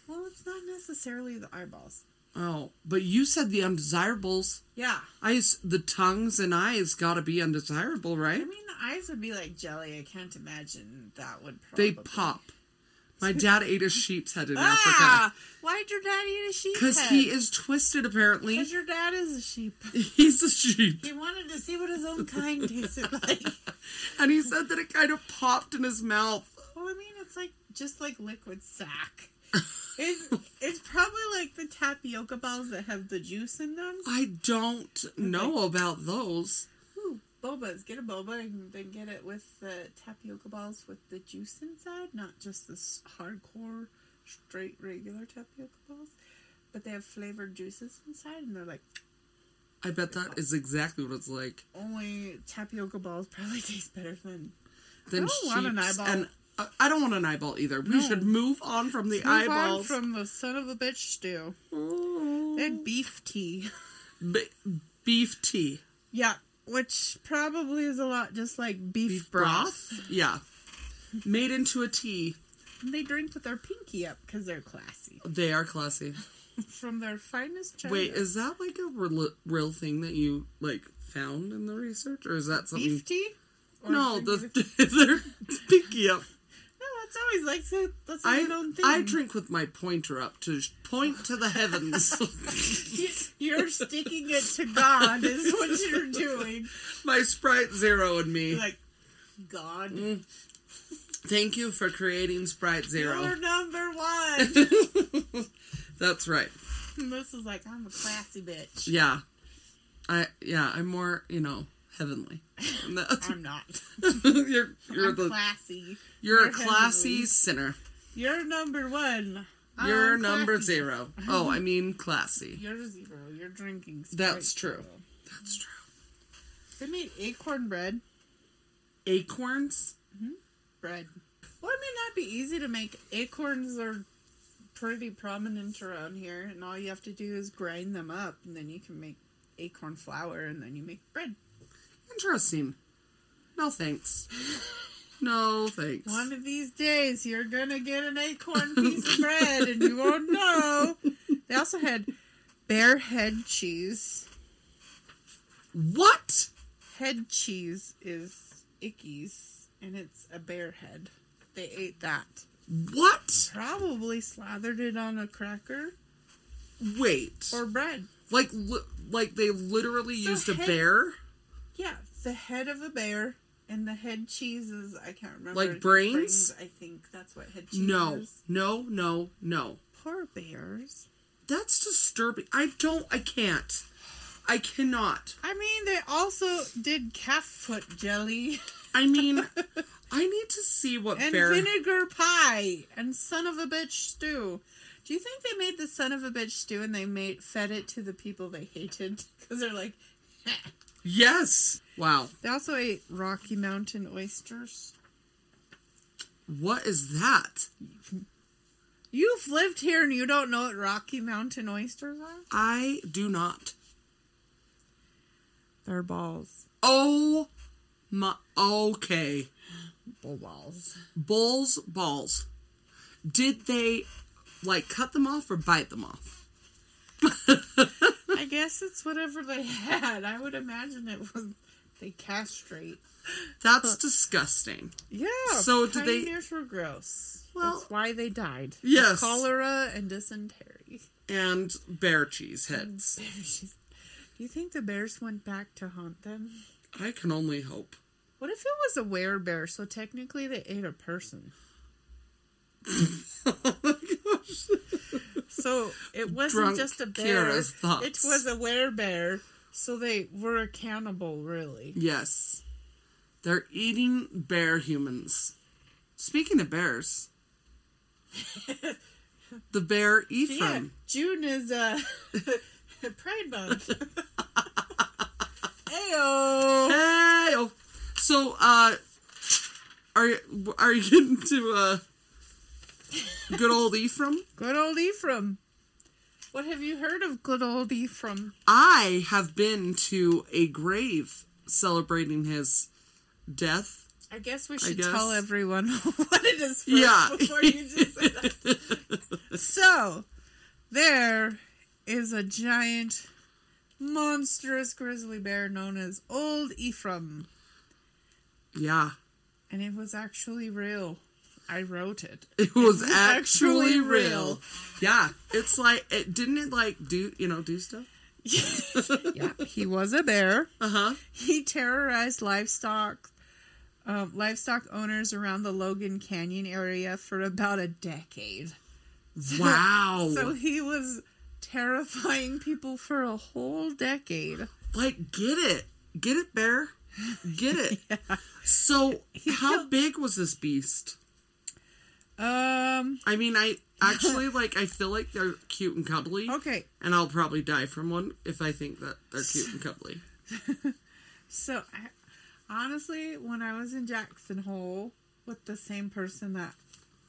Well, it's not necessarily the eyeballs.
Oh, but you said the undesirables.
Yeah.
I s- the tongues and eyes got to be undesirable, right?
I mean, the eyes would be like jelly. I can't imagine that would probably.
they pop. My dad ate a sheep's head in Africa
Ah! Why'd your dad eat a sheep?
because
head?
he is twisted. Apparently,
Because your dad is a sheep.
he's a sheep.
He wanted to see what his own kind tasted like.
and he said that it kind of popped in his mouth.
Well, I mean, it's like just like liquid sack. It's, it's probably like the tapioca balls that have the juice in them.
I don't know about those.
Ooh, bobas. Get a boba and then get it with the tapioca balls with the juice inside, not just this hardcore, straight, regular tapioca balls. But they have flavored juices inside, and they're like,
I bet that is exactly what it's like.
only tapioca balls probably taste better than.
Then
I don't want an
sheeps
eyeball.
And uh, I don't want an eyeball either. We should move on from the
Move on
eyeballs.
from the son of a bitch stew.
Oh.
They had beef tea.
Be- beef tea,
Yeah, which probably is a lot just like beef,
beef
broth.
broth. Yeah, made into a tea.
And they drink with their pinky up because they're classy.
They are classy.
From their finest China.
Wait, is that like a real, real thing that you like found in the research, or is that something?
beef tea? Or
no,
drink
the
with-
they're pinky up.
no, that's always like so that's like
I
an own thing.
I drink with my pointer up to sh- point to the heavens.
You- You're sticking it to God is what you're doing.
my Sprite Zero and me.
You're like God,
Mm-hmm. Thank you for creating Sprite
you're
Zero.
number one.
That's right.
And this is like I'm a classy bitch.
Yeah. I yeah, I'm more, you know, heavenly. And that's-
I'm not.
you're you're
I'm
the
classy.
you're a classy
heavenly.
sinner.
You're number one.
You're
Oh, I'm
number
classy.
zero. Oh, I mean classy.
You're zero. You're drinking. Sprite
That's true.
Zero.
That's true.
They made acorn bread.
Acorns?
Bread. Well, it may not be easy to make. Acorns are pretty prominent around here, and all you have to do is grind them up, and then you can make acorn flour, and then you make bread.
Interesting. No thanks. No thanks.
One of these days, you're gonna get an acorn piece of bread, and you won't know. They also had bear head cheese.
What?
Head cheese is Icky's, and it's a bear head. They ate that.
What?
Probably slathered it on a cracker
Wait.
or bread.
like, li- like they literally
So
used a
head-
bear,
Yeah, the head of a bear and the head cheese is I can't remember.
Like brains?
I think that's what head cheese
No,
is.
no, no, no.
Poor bears.
That's disturbing. I don't. I can't. I cannot.
I mean, they also did calf foot jelly
I mean, I need to see what
and
bear.
vinegar pie and son of a bitch stew. Do you think they made the son of a bitch stew and they made fed it to the people they hated because they're like?
yes. Wow.
They also ate Rocky Mountain oysters.
What is that?
You've lived here and you don't know what Rocky Mountain oysters are?
I do not.
They're balls.
Oh my. Okay.
Bull balls.
Bulls balls. Did they like cut them off or bite them off?
I guess it's whatever they had. I would imagine it was they castrate.
That's disgusting.
Yeah.
So do they-
pioneers were gross.
Well-
That's why they died.
Yes.
Cholera and dysentery.
And bear cheese heads.
Bears. Do you think the bears went back to haunt them?
I can only hope.
What if it was a werebear? So technically, they ate a person. Oh so it wasn't
Drunk
just a bear.
Kira's thoughts.
It was a werebear. So they were a cannibal, really.
Yes. They're eating bear humans. Speaking of bears, the bear Ephraim.
Yeah, June is uh, Pride Month. Ayo!
Hey, oh. so uh, are are you getting to uh, good old Ephraim?
Good old Ephraim. What have you heard of good old Ephraim?
I have been to a grave celebrating his death.
I guess we should
guess.
tell everyone what it is first
Yeah.
before you just say that. so, there is a giant, monstrous grizzly bear known as Old Ephraim.
Yeah,
And it was actually real. I wrote it.
it was,
was
actually,
actually
real.
real.
Yeah, it's like it didn't it like do you know do stuff?
yeah, he was a bear.
Uh huh.
He terrorized livestock. Um, livestock owners around the Logan Canyon area for about a decade.
Wow.
So he was terrifying people for a whole decade.
like get it, get it, bear, get it. So how big was this beast?
Um,
I mean, I actually like. I feel like they're cute and cuddly.
okay.
And I'll probably die from one if I think that they're cute and cuddly.
So I, honestly, when I was in Jackson Hole with the same person that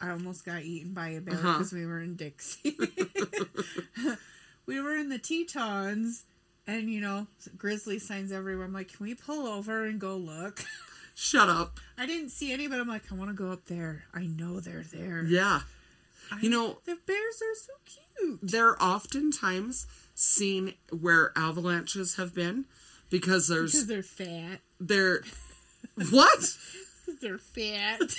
I almost got eaten by a bear
Uh-huh.
because we were in Dixie. we were in the Tetons and you know, grizzly signs everywhere. I'm like, "Can we pull over and go look?"
Shut up.
I didn't see any, but I'm like, "I want to go up there. I know they're there."
Yeah. You know,
The bears are so cute.
they're oftentimes seen where avalanches have been
Because
because there's
they're fat.
there. What?
Because they're fat.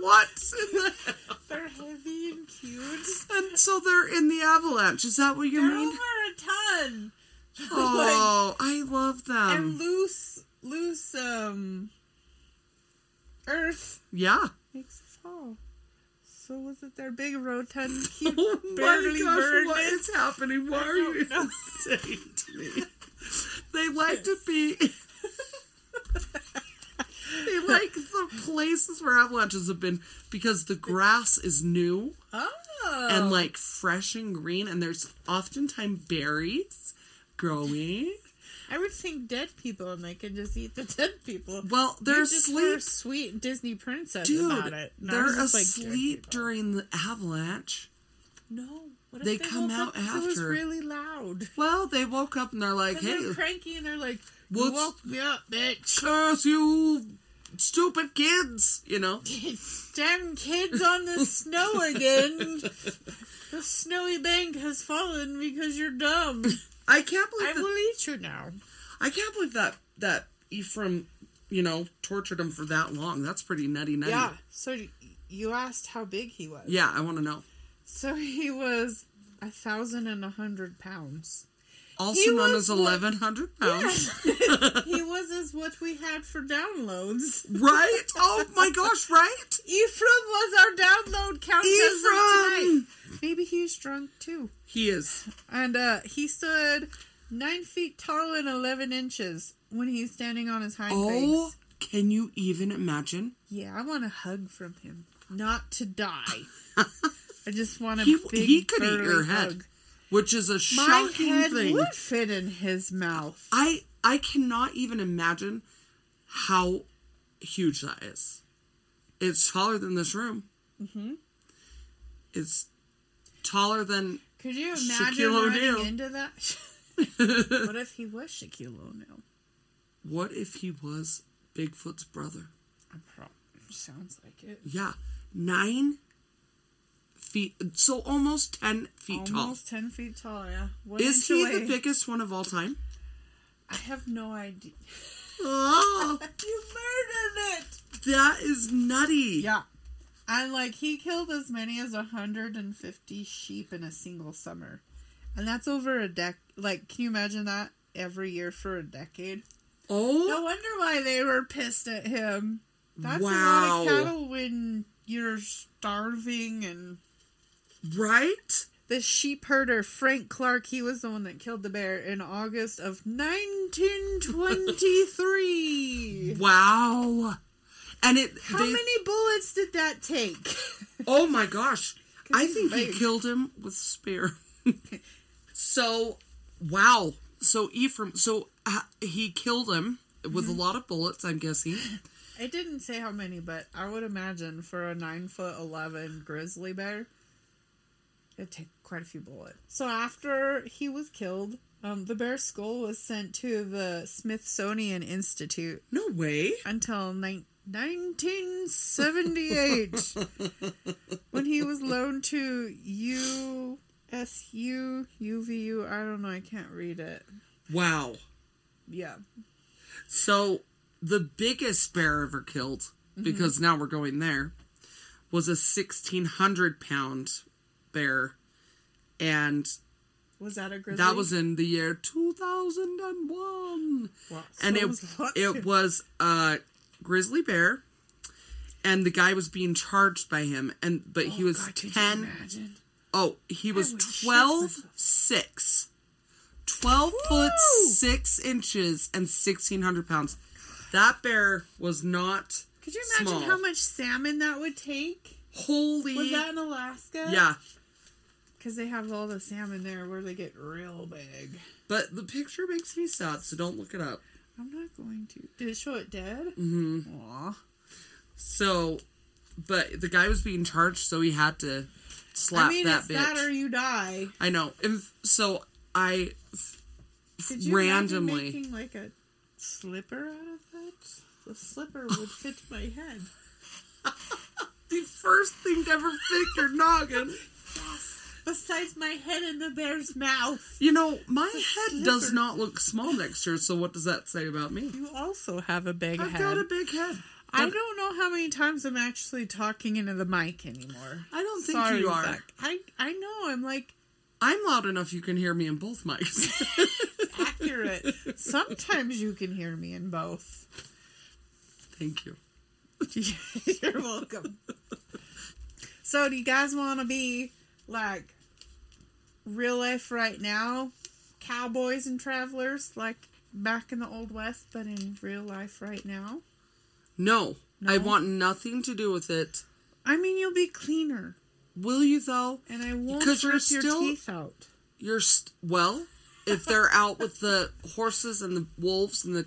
What? in the-
they're heavy and cute.
And so they're in the avalanche. Is that what you
They're
mean?
over a ton.
Oh, I love
And
them.
loose, loose, um, earth
Yeah.
makes it fall. So was it their big rotund cute?
Oh my
Barely
gosh,
burned
what
it.
is happening? Why are you
don't know.
saying to me? They like to be. they like the places where avalanches have been because the grass is new
oh,
and like fresh and green, and there's oftentimes berries growing.
I would think dead people, and they could just eat the dead people.
Well, they're
You're just her
asleep.
sweet Disney princess about
Dude,
it. And I was
they're
just like, dead
asleep
people.
during the avalanche.
No, what if
They come
woke up
out
'cause It was
after.
really loud.
Well, they woke up and they're like,
And
hey,
they're cranky, and they're like, "You
What's-
woke me up, bitch."
curse you stupid kids, you know?
Damn kids on the snow again. The snowy bank has fallen because you're dumb.
I can't
I
believe that,
will eat you now.
I can't believe that that Ephraim, you know, tortured him for that long. That's pretty nutty nutty.
Yeah. So y- you asked how big he was.
Yeah, I want to know.
So he was a thousand and a hundred pounds.
Also
He
known
was
as
like-
eleven hundred pounds.
he was as what we had for downloads.
Right? Oh my gosh, right?
Ephraim was our download count as of tonight.
Ephraim!
Maybe he's drunk too.
He is.
And uh, he stood nine feet tall and eleven inches when he's standing on his hind
Oh
legs.
can you even imagine?
Yeah, I want a hug from him, not to die. I just want a
He
big
he could eat your
burly
head.
hug.
Which is a
My
shocking
head
thing.
would fit in his mouth.
I I cannot even imagine how huge that is. It's taller than this room. Mm-hmm. It's taller than
Could you imagine
Shaquille
running
O'Neal.
into that? what if he was Shaquille O'Neal?
what if he was Bigfoot's brother?
I'm pro- Sounds like it.
Yeah, nine feet, so almost ten feet
Almost ten feet tall. Yeah. One
tall. Is
inch
he
away.
the biggest one of all time?
I have no idea.
Oh,
You murdered it.
that is nutty.
Yeah. And like he killed as many as 150 sheep in a single summer. And that's over a dec like can you imagine that every year for a decade?
Oh,
No wonder why they were pissed at him. That's a lot
Wow.
of cattle when you're starving and
right?
the sheep herder Frank Clark, he was the one that killed the bear in August of 1923.
Wow. And it
How
they-
many bullets did that take?
Oh my gosh. I
he's
think
big.
he killed him with a spear. so, wow. So Ephraim, so uh, he killed him with a lot of bullets, I'm guessing.
It didn't say how many, but I would imagine for a nine foot eleven grizzly bear, it'd take quite a few bullets. So after he was killed, um, the bear's skull was sent to the Smithsonian Institute
No way.
until nine- 1978, when he was loaned to USU UVU. I don't know. I can't read it.
Wow.
Yeah.
So, the biggest bear ever killed, because now we're going there, was a 1,600 pound bear. And
Was that a grizzly?
that was in the year 2001.
Wow.
and
So
it
was lots
it
of-
was a grizzly bear, and the guy was being charged by him, and but he was
Oh, God, could you
ten.
imagine?
Oh, he was
would shit
12
myself.
6. 12 foot
Woo!
6 inches and 1,600 pounds. That bear was not.
Could you imagine
small.
how much salmon that would take?
Holy.
Was that in Alaska?
yeah.
Because they have all the salmon there where they get real big.
But the picture makes me sad, so don't look it up.
I'm not going to. Did it show it dead? Mm-hmm. Aw.
So, but the guy was being charged, so he had to slap
I mean,
that
it's
bitch.
that or you die.
I know. If, so I
Could you imagine
Randomly.
making like a slipper out of that? The slipper would fit my head.
the first thing to ever fit your noggin.
Besides my head in the bear's mouth.
You know, my head does
slipper.
not look small next year, so what does that say about me?
You also have a big
I've
head.
got a big head.
I don't know how many times I'm actually talking into the mic anymore.
I don't think you are.
Zach. I I know. I'm like
I'm loud enough you can hear me in both mics.
accurate. Sometimes you can hear me in both.
Thank you.
You're welcome. So, do you guys want to be like real life right now, cowboys and travelers, like back in the old west, but in real life right now?
No, I want nothing to do with it.
I mean, you'll be cleaner,
Will you though?
and I won't rip
Because you're
your
still-
teeth out.
You're st- well. if they're out with the horses and the wolves and the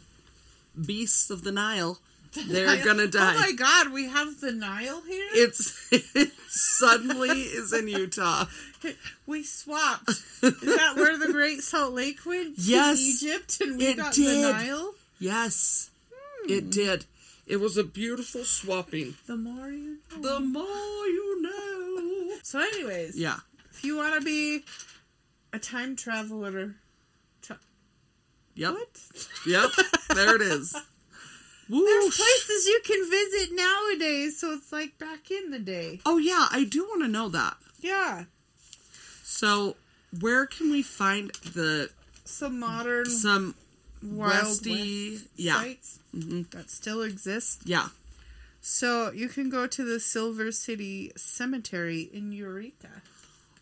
beasts of the Nile, they're gonna die.
Oh my god, we have the Nile here?
it's it suddenly is in Utah.
we swapped. Is that where the Great Salt Lake went? to
Yes,
Egypt and we
it
got
did.
the Nile?
Yes,
Hmm.
it did. It was a beautiful swapping.
The more you know.
The more you know.
So, anyways,
Yeah.
if you want to be a time traveler. Tra-
Yep.
what?
Yep. There it is. Woo.
There's places you can visit nowadays, so it's like back in the day.
Oh yeah, I do want to know that.
Yeah.
So, where can we find the
Some modern
some
Wild
Westy?
West
yeah, Mm-hmm.
sites that still exist.
yeah.
So you can go to the Silver City Cemetery in Eureka.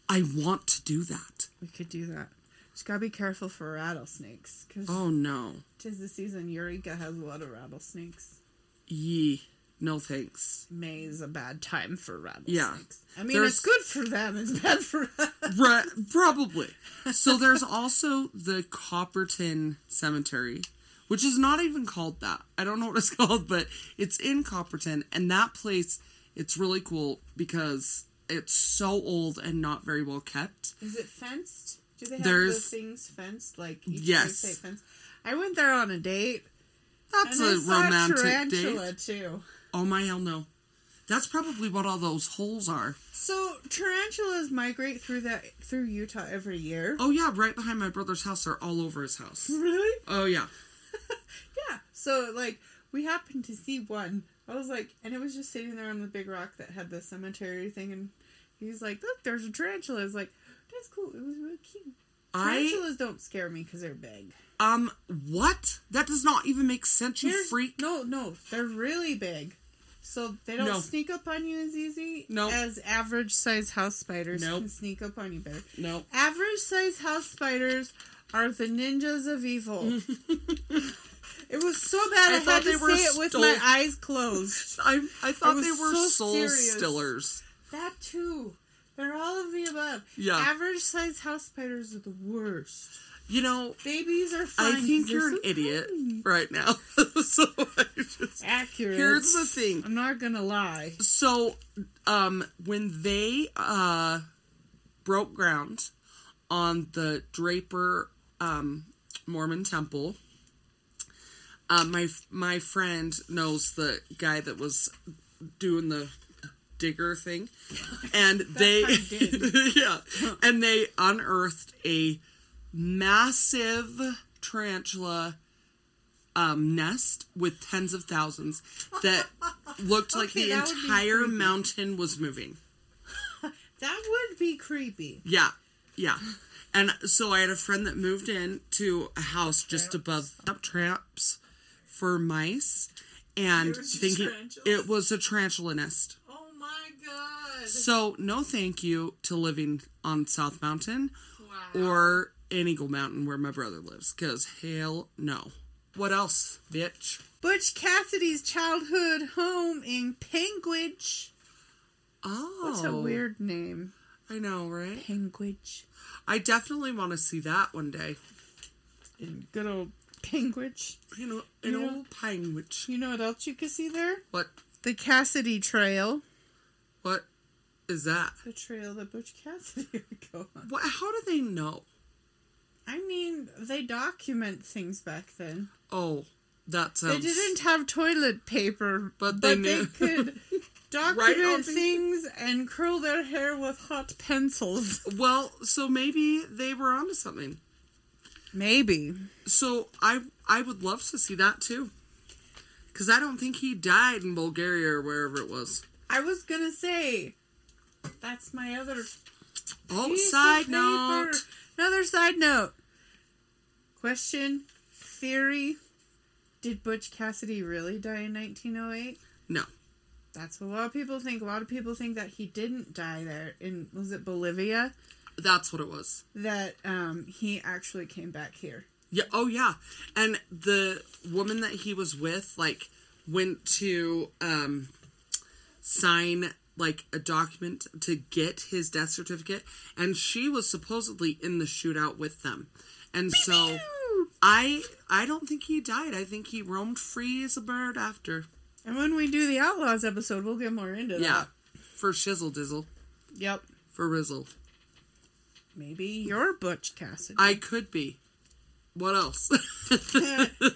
I want to do that.
We could do that. Just gotta be careful for rattlesnakes, because
Oh no,
tis the season. Eureka has a lot of rattlesnakes.
ye, no thanks.
May is a bad time for rattlesnakes.
Yeah.
I mean,
There's-
it's good for them. It's bad for us.
Right, probably. So there's also the Copperton Cemetery, which is not even called that. I don't know what it's called, but it's in Copperton, and that place it's really cool because it's so old and not very well kept.
Is it fenced? Do they have
There's-
those things fenced? Like each place
Yes.
they fence? I went there on a date.
That's
and I
a
saw a
romantic date.
tarantula too.
Oh my hell no. That's probably what all those holes are.
So tarantulas migrate through that through Utah every year.
Oh yeah, right behind my brother's house. They're all over his house.
Really?
Oh yeah.
Yeah. So like we happened to see one. I was like, and it was just sitting there on the big rock that had the cemetery thing, and he was like, "Look, there's a tarantula." I was like, "That's cool. It was really cute."
I
Tarantulas don't scare me because they're big.
um what? That does not even make sense, you
They're-
freak.
No, no, they're really big, so they don't
No.
sneak up on you as easy
No.
as average size house spiders
Nope.
can sneak up on you better.
No.
Average size house spiders are the ninjas of evil. it was so bad
I
I,
thought
had
they
to
were
say it with
stole-
my eyes closed.
I I thought
was
they were
so
soul
serious.
stillers.
That too. They're all of the above.
Yeah.
Average size house spiders are the worst.
You know,
Babies are fine.
I
'cause
think
they're
you're an
so
idiot right now. so I just
Accurate.
Here's the thing.
I'm not gonna lie.
so um when they uh broke ground on the draper um mormon temple uh, my my friend knows the guy that was doing the digger thing and they
how you
yeah and they unearthed a massive tarantula um, nest with tens of thousands that looked like
Okay,
the
that would be
entire
creepy.
mountain was moving.
That would be creepy.
Yeah, yeah. And so I had a friend that moved in to a house just above up traps for mice, and
It was just
thinking
tarantulas.
it was a tarantula nest.
Oh my god.
So no, thank you to living on South Mountain
Wow.
or in Eagle Mountain where my brother lives. Cause hell no. What else, bitch?
Butch Cassidy's childhood home in Penguich.
Oh,
That's a weird name.
I know, right?
Penguich.
I definitely want to see that one day.
In good old Penguich.
You know, an
Yeah.
old pine witch.
You know what else you could see there?
What?
The Cassidy Trail.
What is that?
The trail that Butch Cassidy would go on.
What? How do they know?
I mean, they document things back then.
Oh, that sounds.
They didn't have toilet paper,
But
Um, but
they
they,
knew.
could
Write on
document
things.
things and curl their hair with hot pencils.
Well, so maybe they were onto something.
Maybe.
So I, I would love to see that too, because I don't think he died in Bulgaria or wherever it was.
I was gonna say that's my other
Oh,
piece of
side
paper.
note.
Another side note. Question, theory: Did Butch Cassidy really die in 1908?
No,
That's what a lot of people think. A lot of people think that he didn't die there in was it Bolivia?
that's what it was.
That um, he actually came back here.
Yeah. Oh, yeah. And the woman that he was with, like, went to um, sign like a document to get his death certificate, and she was supposedly in the shootout with them, and so I I don't think he died. I think he roamed free as a bird after.
And when we do the Outlaws episode, we'll get more into
Yeah,
that.
for shizzle dizzle,
Yep.
for rizzle.
Maybe you're Butch Cassidy.
I could be. What else?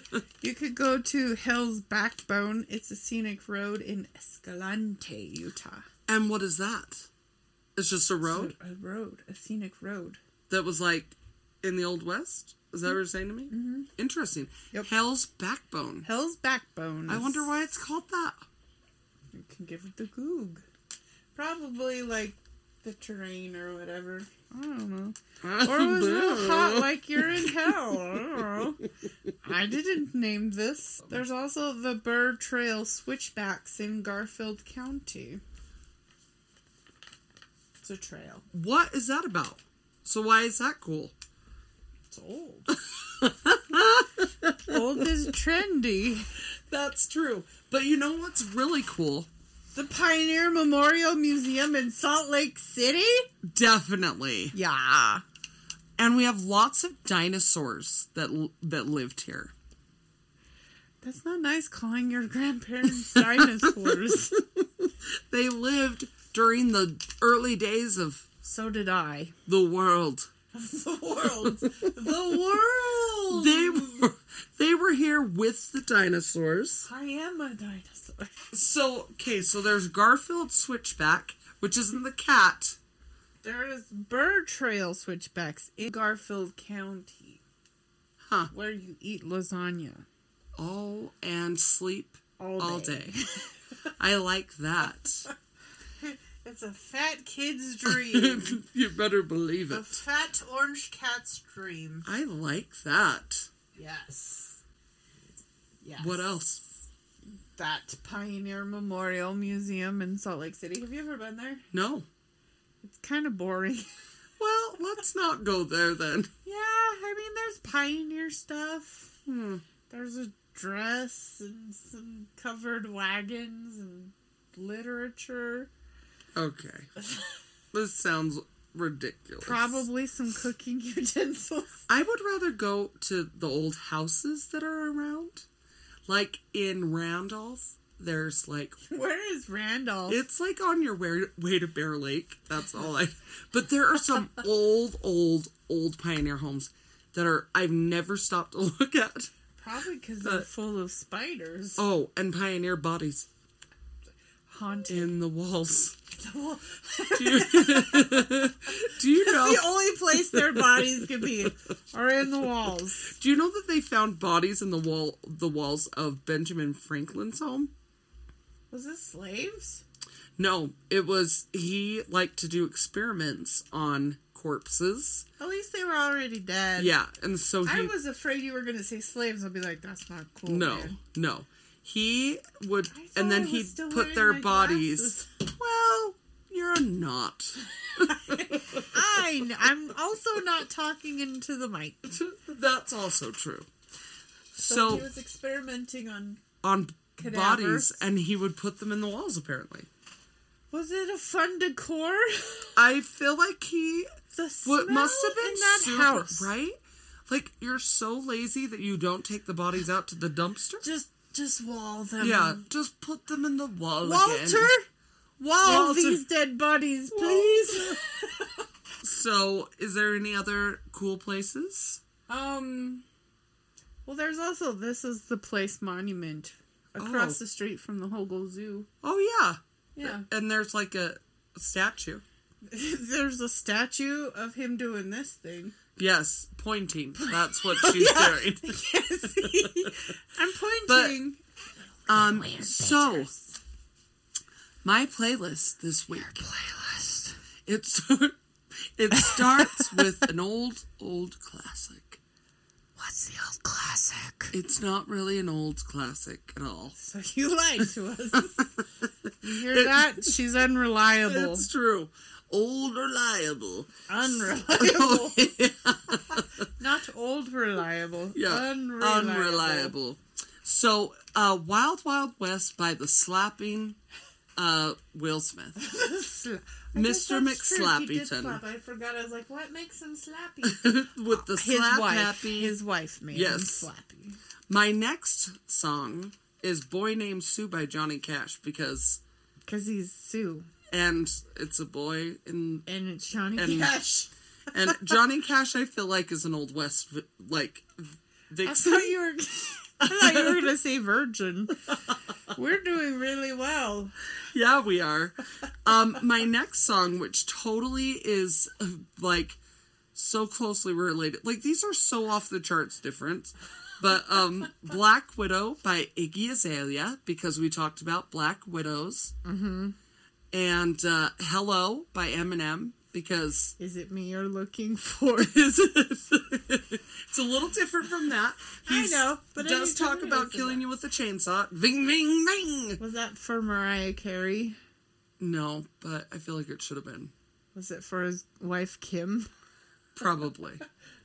you could go to Hell's Backbone. It's a scenic road in Escalante, Utah.
and what is that? It's just a road
A road, a scenic road.
that was like in the old west. Is that what you're saying to me? Mm-hmm. Interesting.
Yep.
Hell's backbone.
Hell's Backbone.
I
is-
wonder why it's called that.
You can give it the goog. Probably like the terrain or whatever. I don't know. Or it was real hot like you're in hell. I don't know. I didn't name this. There's also the Burr Trail Switchbacks in Garfield County. It's a trail.
What is that about? So why is that cool?
It's old. old is trendy.
That's true. But you know what's really cool?
The Pioneer Memorial Museum in Salt Lake City?
Definitely.
Yeah.
And we have lots of dinosaurs that l- that lived here.
That's not nice calling your grandparents dinosaurs.
They lived during the early days of
so did I.
the world.
The world. The world.
They were they were here with the dinosaurs.
I am a dinosaur.
So okay, so there's Garfield Switchback, which isn't the cat.
There is Burr Trail switchbacks in Garfield County.
Huh.
Where you eat lasagna
Oh, and sleep
all day.
all day. I like that.
It's a fat kid's dream.
you better believe
a
it.
fat orange cat's dream.
I like that.
Yes. Yes.
What else?
That Pioneer Memorial Museum in Salt Lake City. Have you ever been there?
No.
It's kind of boring.
Well, let's not go there then.
Yeah, I mean, there's pioneer stuff.
Hmm.
There's a dress and some covered wagons and literature.
Okay. this sounds ridiculous.
Probably some cooking utensils.
I would rather go to the old houses that are around. Like in Randolph, there's like
Where is Randolph?
it's like on your way, way to Bear Lake. That's all I. But there are some old, old, old pioneer homes that are I've never stopped to look at.
Probably because they're full of spiders.
uh, Oh, and pioneer bodies
Haunted.
in the walls. Oh.
Well,
Do you know?
the only place their bodies could be are in the walls.
Do you know that they found bodies in the wall the walls of Benjamin Franklin's home?
Was it slaves?
No, it was he liked to do experiments on corpses.
At least they were already dead.
Yeah, and so he
I was afraid you were going to say slaves. I'll be like, that's not cool.
no,
man."
no. He
I
would
thought
and then
I was
he'd
still
put
wearing
their
my
bodies. Well, you're not.
I, I'm also not talking into the mic.
That's also true.
So
So,
he was experimenting on.
on
Cadavers.
bodies and he would put them in the walls apparently.
Was it a fun decor?
I feel like he
The smell
What must have been
in that
super-
house,
right? Like you're so lazy that you don't take the bodies out to the dumpster.
Just, just wall them.
yeah, just put them in the wall.
Walter,
again.
wall
Walter.
these dead bodies, please.
So, is there any other cool places?
um. Well, there's also this is the place monument across
Oh.
the street from the Hogle Zoo.
Oh yeah,
Yeah,
and there's like a statue.
there's a statue of him doing this thing.
Yes, pointing. That's what
Oh,
she's doing.
Yes, I'm pointing.
Um, so my playlist this week.
playlist.
It's it starts with an old old classic.
What's the old classic?
It's not really an old classic at all.
So you lied to us. you hear that? She's unreliable.
It's true. Old reliable.
unreliable. Not old reliable.
Yeah.
Unreliable.
Unreliable. So, uh, Wild Wild West by the Slapping uh, Will Smith.
Sla- I guess
Mr.
that's true. He did
McSlappyton.
slap. I forgot. I was like, what makes him slappy?
With the slap happy.
His wife made him
Yes.
slappy.
My next song is Boy Named Sue by Johnny Cash because,
Because he's Sue.
and it's a boy in
And it's Johnny
And-
Cash.
and Johnny Cash, I feel like, is an old west vi- like
I
vixen.
thought you were. I thought you were going to say virgin. We're doing really well.
yeah, we are. Um, my next song, which totally is uh, like so closely related, like these are so off the charts different. But um, Black Widow by Iggy Azalea because we talked about Black Widows, mm-hmm. and uh, Hello by Eminem because
Is it me you're looking for?
is it's a little different from that.
I
He's-
know, but I
does
need to
talk about
listen to
killing you with a chainsaw. Ving, ving, ving.
Was that for Mariah Carey?
No, but I feel like it should have been
Was it for his wife Kim?
probably.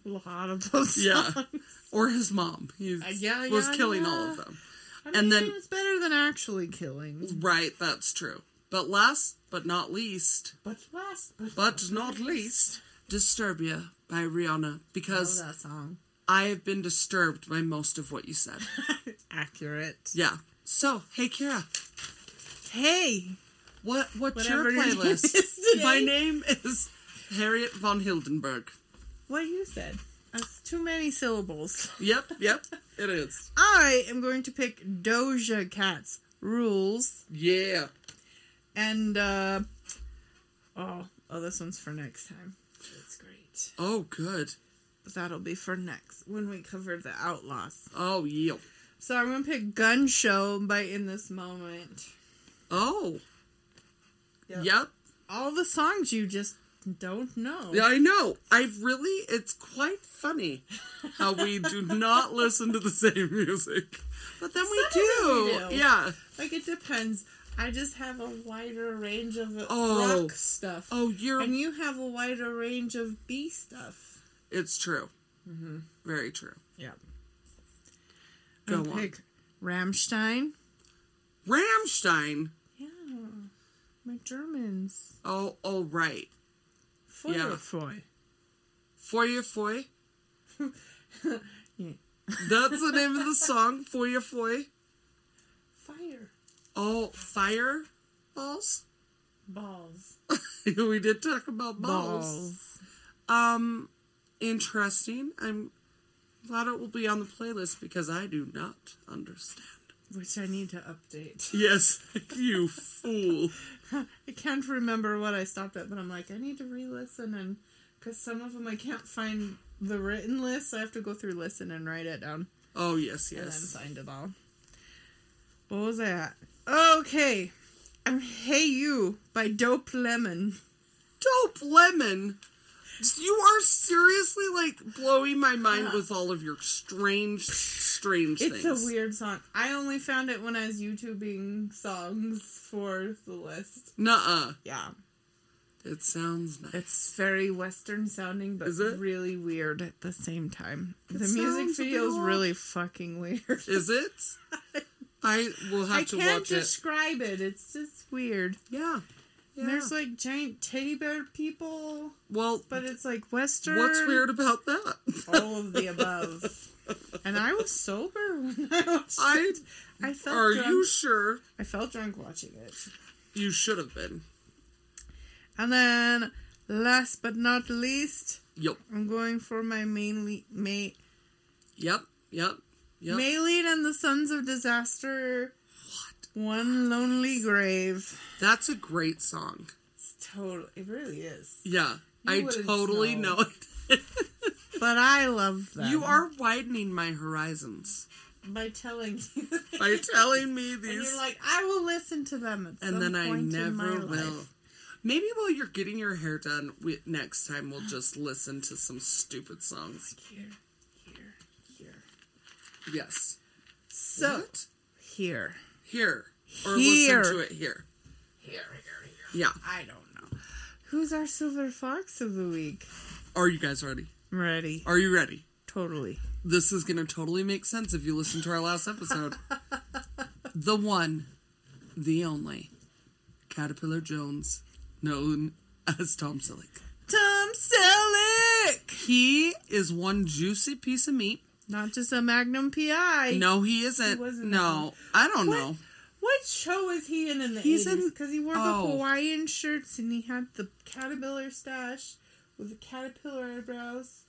A lot of those.
Yeah,
songs.
or his mom. He
Uh, yeah,
was
yeah,
killing
yeah.
all of them.
I mean,
And then-
it's better than actually killing.
Right, that's true. But last but not least,
But last, but,
but not least, Disturbia by Rihanna because
love that song.
I have been disturbed by most of what you said.
Accurate.
yeah. So, hey Kira,
Hey,
What what's
Whatever
your
your name
playlist?
is today.
My name is Harriet von Hildenberg.
what you said? That's too many syllables.
Yep, yep, it is.
I am going to pick Doja Cat's rules,
Yeah.
and uh, oh, oh, this one's for next time. It's great.
Oh, good.
That'll be for next when we cover the outlaws.
Oh, yeah.
So I'm gonna pick Gun Show by In This Moment.
Oh.
Yep.
Yep.
All the songs you just don't know.
Yeah, I know. I really. It's quite funny how we do not listen to the same music, but then we
Some of
do.
it we do.
Yeah.
Like it depends. I just have a wider range of
Oh.
rock stuff.
Oh, you're.
And you have a wider range of B stuff.
it's true.
Mm-hmm.
Very true.
Yep.
Go
I'm gonna
on.
pick Ramstein.
Ramstein.
Yeah. My Germans.
Oh, oh, right.
Feuerfeu.
For your foy.
Yeah.
That's the name of the song, For Your Foy.
Fire.
Oh, fire balls?
Balls.
we did talk about balls. Um, interesting. I'm glad it will be on the playlist because I do not understand.
Which I need to update.
Yes, you fool.
I can't remember what I stopped at, but I'm like, I need to re-listen and because some of them I can't find the written list, so I have to go through listen and write it down
Oh, yes,
and
yes.
then find it all. What was I at? Okay, I'm "Hey You" by Dope Lemon.
Dope Lemon. You are seriously like blowing my mind with all of your strange, strange
It's
things.
a weird song. I only found it when I was YouTubing songs for the list.
Nuh-uh.
Yeah,
It sounds nice.
it's very Western sounding, but
Is it?
really weird at the same time. the
sounds
music
a bit
video is
off.
really fucking weird.
Is it? I will have
I
to
can't
watch it.
describe it. It's just weird.
Yeah. yeah.
There's like giant teddy bear people,
well,
but it's like Western.
what's weird about that?
All of the above. and I was sober when I watched
I
it. I felt
are
drunk.
you sure?
I felt drunk watching it.
You should have been.
And then, last but not least,
Yep.
I'm going for my main lead, May,
Yep. Yep. Yep.
May lead and the Sons of Disaster. What? One Lonely Grave.
That's a great song.
It's totally, it really is.
Yeah. I
wouldn't
totally
know.
know it.
But I love them.
You are widening my horizons
by telling you.
by telling me
And
these
you're like, I will listen to them at
and
some
then I
point in my
never will.
life.
Maybe while you're getting your hair done, we, next time we'll just listen to some stupid songs.
Here, here, here.
Yes.
So
What?
here,
here or
Here.
listen to it here.
here, here, here.
Yeah.
I don't know. Who's our silver fox of the week?
Are you guys ready?
I'm ready.
Are you ready?
Totally.
This is going to totally make sense if you listen to our last episode. the one, the only, Caterpillar Jones, known as Tom Selleck.
Tom Selleck!
He is one juicy piece of meat.
Not just a Magnum PI.
No, he isn't.
wasn't
no, I don't
What?
know.
What show was he in in the
He's in-
eighties? Because he wore
oh.
the Hawaiian shirts and he had the caterpillar stash with the caterpillar eyebrows.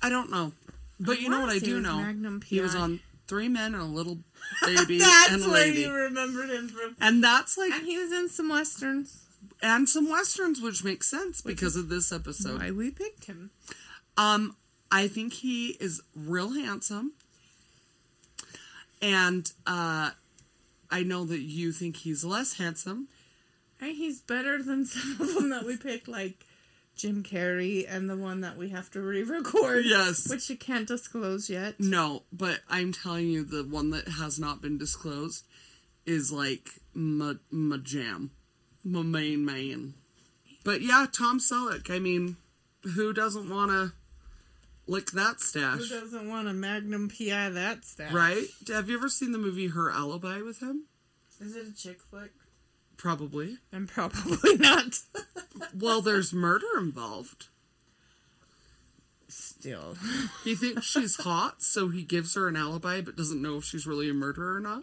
I don't know. But you know what
wanna
I
say
do
it was
know?
Magnum
He was
PI.
on Three Men and a Little Baby and
That's
a
where
Lady.
you remembered him from.
and that's like,
And he was in some westerns.
and some westerns, which makes sense because of this episode.
Why we picked him?
Um, I think he is real handsome, and uh, I know that you think he's less handsome.
And he's better than some of them that we picked, like Jim Carrey and the one that we have to re-record.
Yes.
which you can't disclose yet.
No, but I'm telling you, the one that has not been disclosed is like my, my jam, my main man. But yeah, Tom Selleck. I mean, who doesn't want to lick that
Who
stash,
doesn't want a Magnum PI that stash?
right? Have you ever seen the movie Her Alibi with him?
Is it a chick flick?
Probably.
I'm probably not.
Well, there's murder involved.
Still.
He thinks she's hot, so he gives her an alibi, but doesn't know if she's really a murderer or not.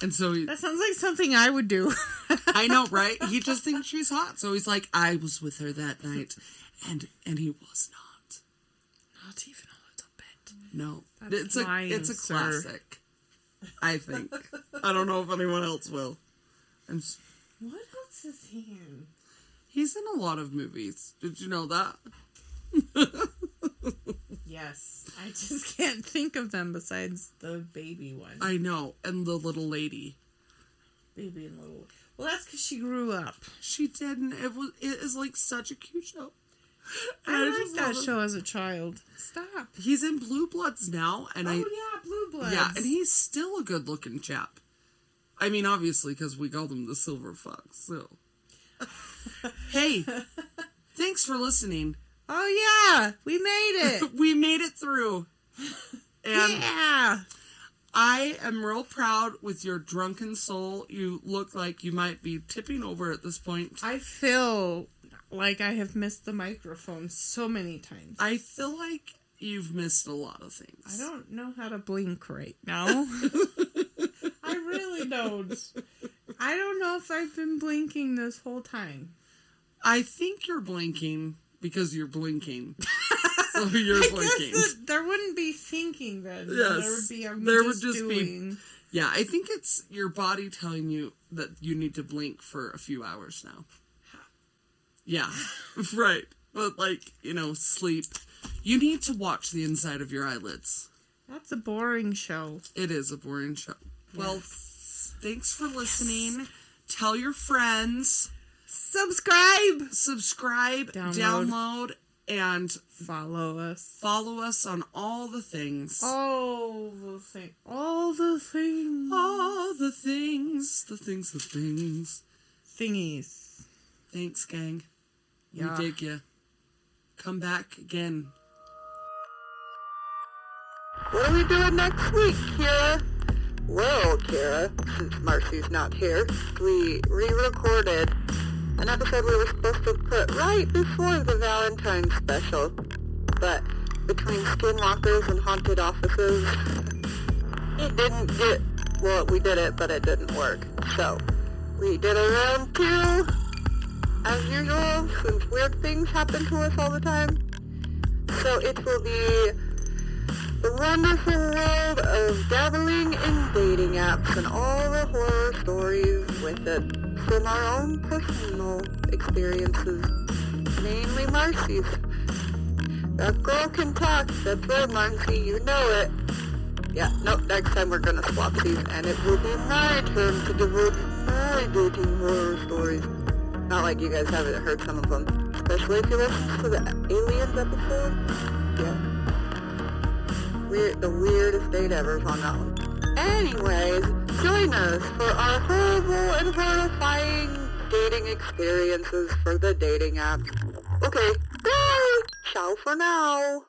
And so he,
That sounds like something I would do.
I know, right? He just thinks she's hot, so he's like, "I was with her that night," and and he was not.
Not even a little bit.
No,
That's
it's a
lying,
it's a
sir.
classic. I think. I don't know if anyone else will. I'm, s-
What else is he in?
he's in a lot of movies. Did you know that?
Yes. I just can't think of them besides the baby one.
I know. And the little lady.
baby and little. Well, that's because she grew up.
She didn't. It was. It is like such a cute show. And
I, liked
just
that
love it.
show as a child. Stop.
He's in Blue Bloods now, and I
yeah, Blue Bloods.
Yeah, and he's still a good looking chap. I mean, obviously, because we call him the Silver Fox, so. hey, thanks for listening.
oh, yeah. We made it.
We made it through. And
yeah.
I am real proud with your drunken soul. You look like you might be tipping over at this point.
I feel like I have missed the microphone so many times.
I feel like you've missed a lot of
I
things.
don't know how to blink right now. I really don't. I don't know if I've been blinking this whole time.
I think you're blinking because you're blinking. so you're
I
blinking.
guess that there wouldn't be thinking then. there
Yes.
would be. I'm
There would
just
just be-
doing.
Yeah, I think it's your body telling you that you need to blink for a few hours now. Yeah, right. But like, you know, sleep. You need to watch the inside of your eyelids.
That's a boring show.
It is a boring show. Well, thanks for listening. Tell your friends,
Subscribe.
subscribe, download,
Download.
and
Follow us.
follow us on all the things.
All the thing. All the thing.
all the things, the things, the things.
Thingies.
Thanks, gang.
Yeah.
We dig ya. Come back again.
What are we doing next week, Kira? Well, Kira, since Marcy's not here, we re-recorded an episode we were supposed to put right before the Valentine's special. But between skinwalkers and haunted offices, it didn't get, well, we did it, but it didn't work. So we did a round two, as usual, since weird things happen to us all the time. So it will be the wonderful world of dabbling in dating apps and all the horror stories with it from our own personal experiences, mainly Marcy's. That girl can talk. That's right, Marcy. You know it. Yeah, no, next time we're going to swap these, and it will be my turn to devote my dating horror stories. Not like you guys haven't heard some of them, especially if you listen to the Aliens episode. Yeah weird, the weirdest date ever is on that one. Anyways, join us for our horrible and horrifying dating experiences for the dating app. Okay, bye! Ciao for now!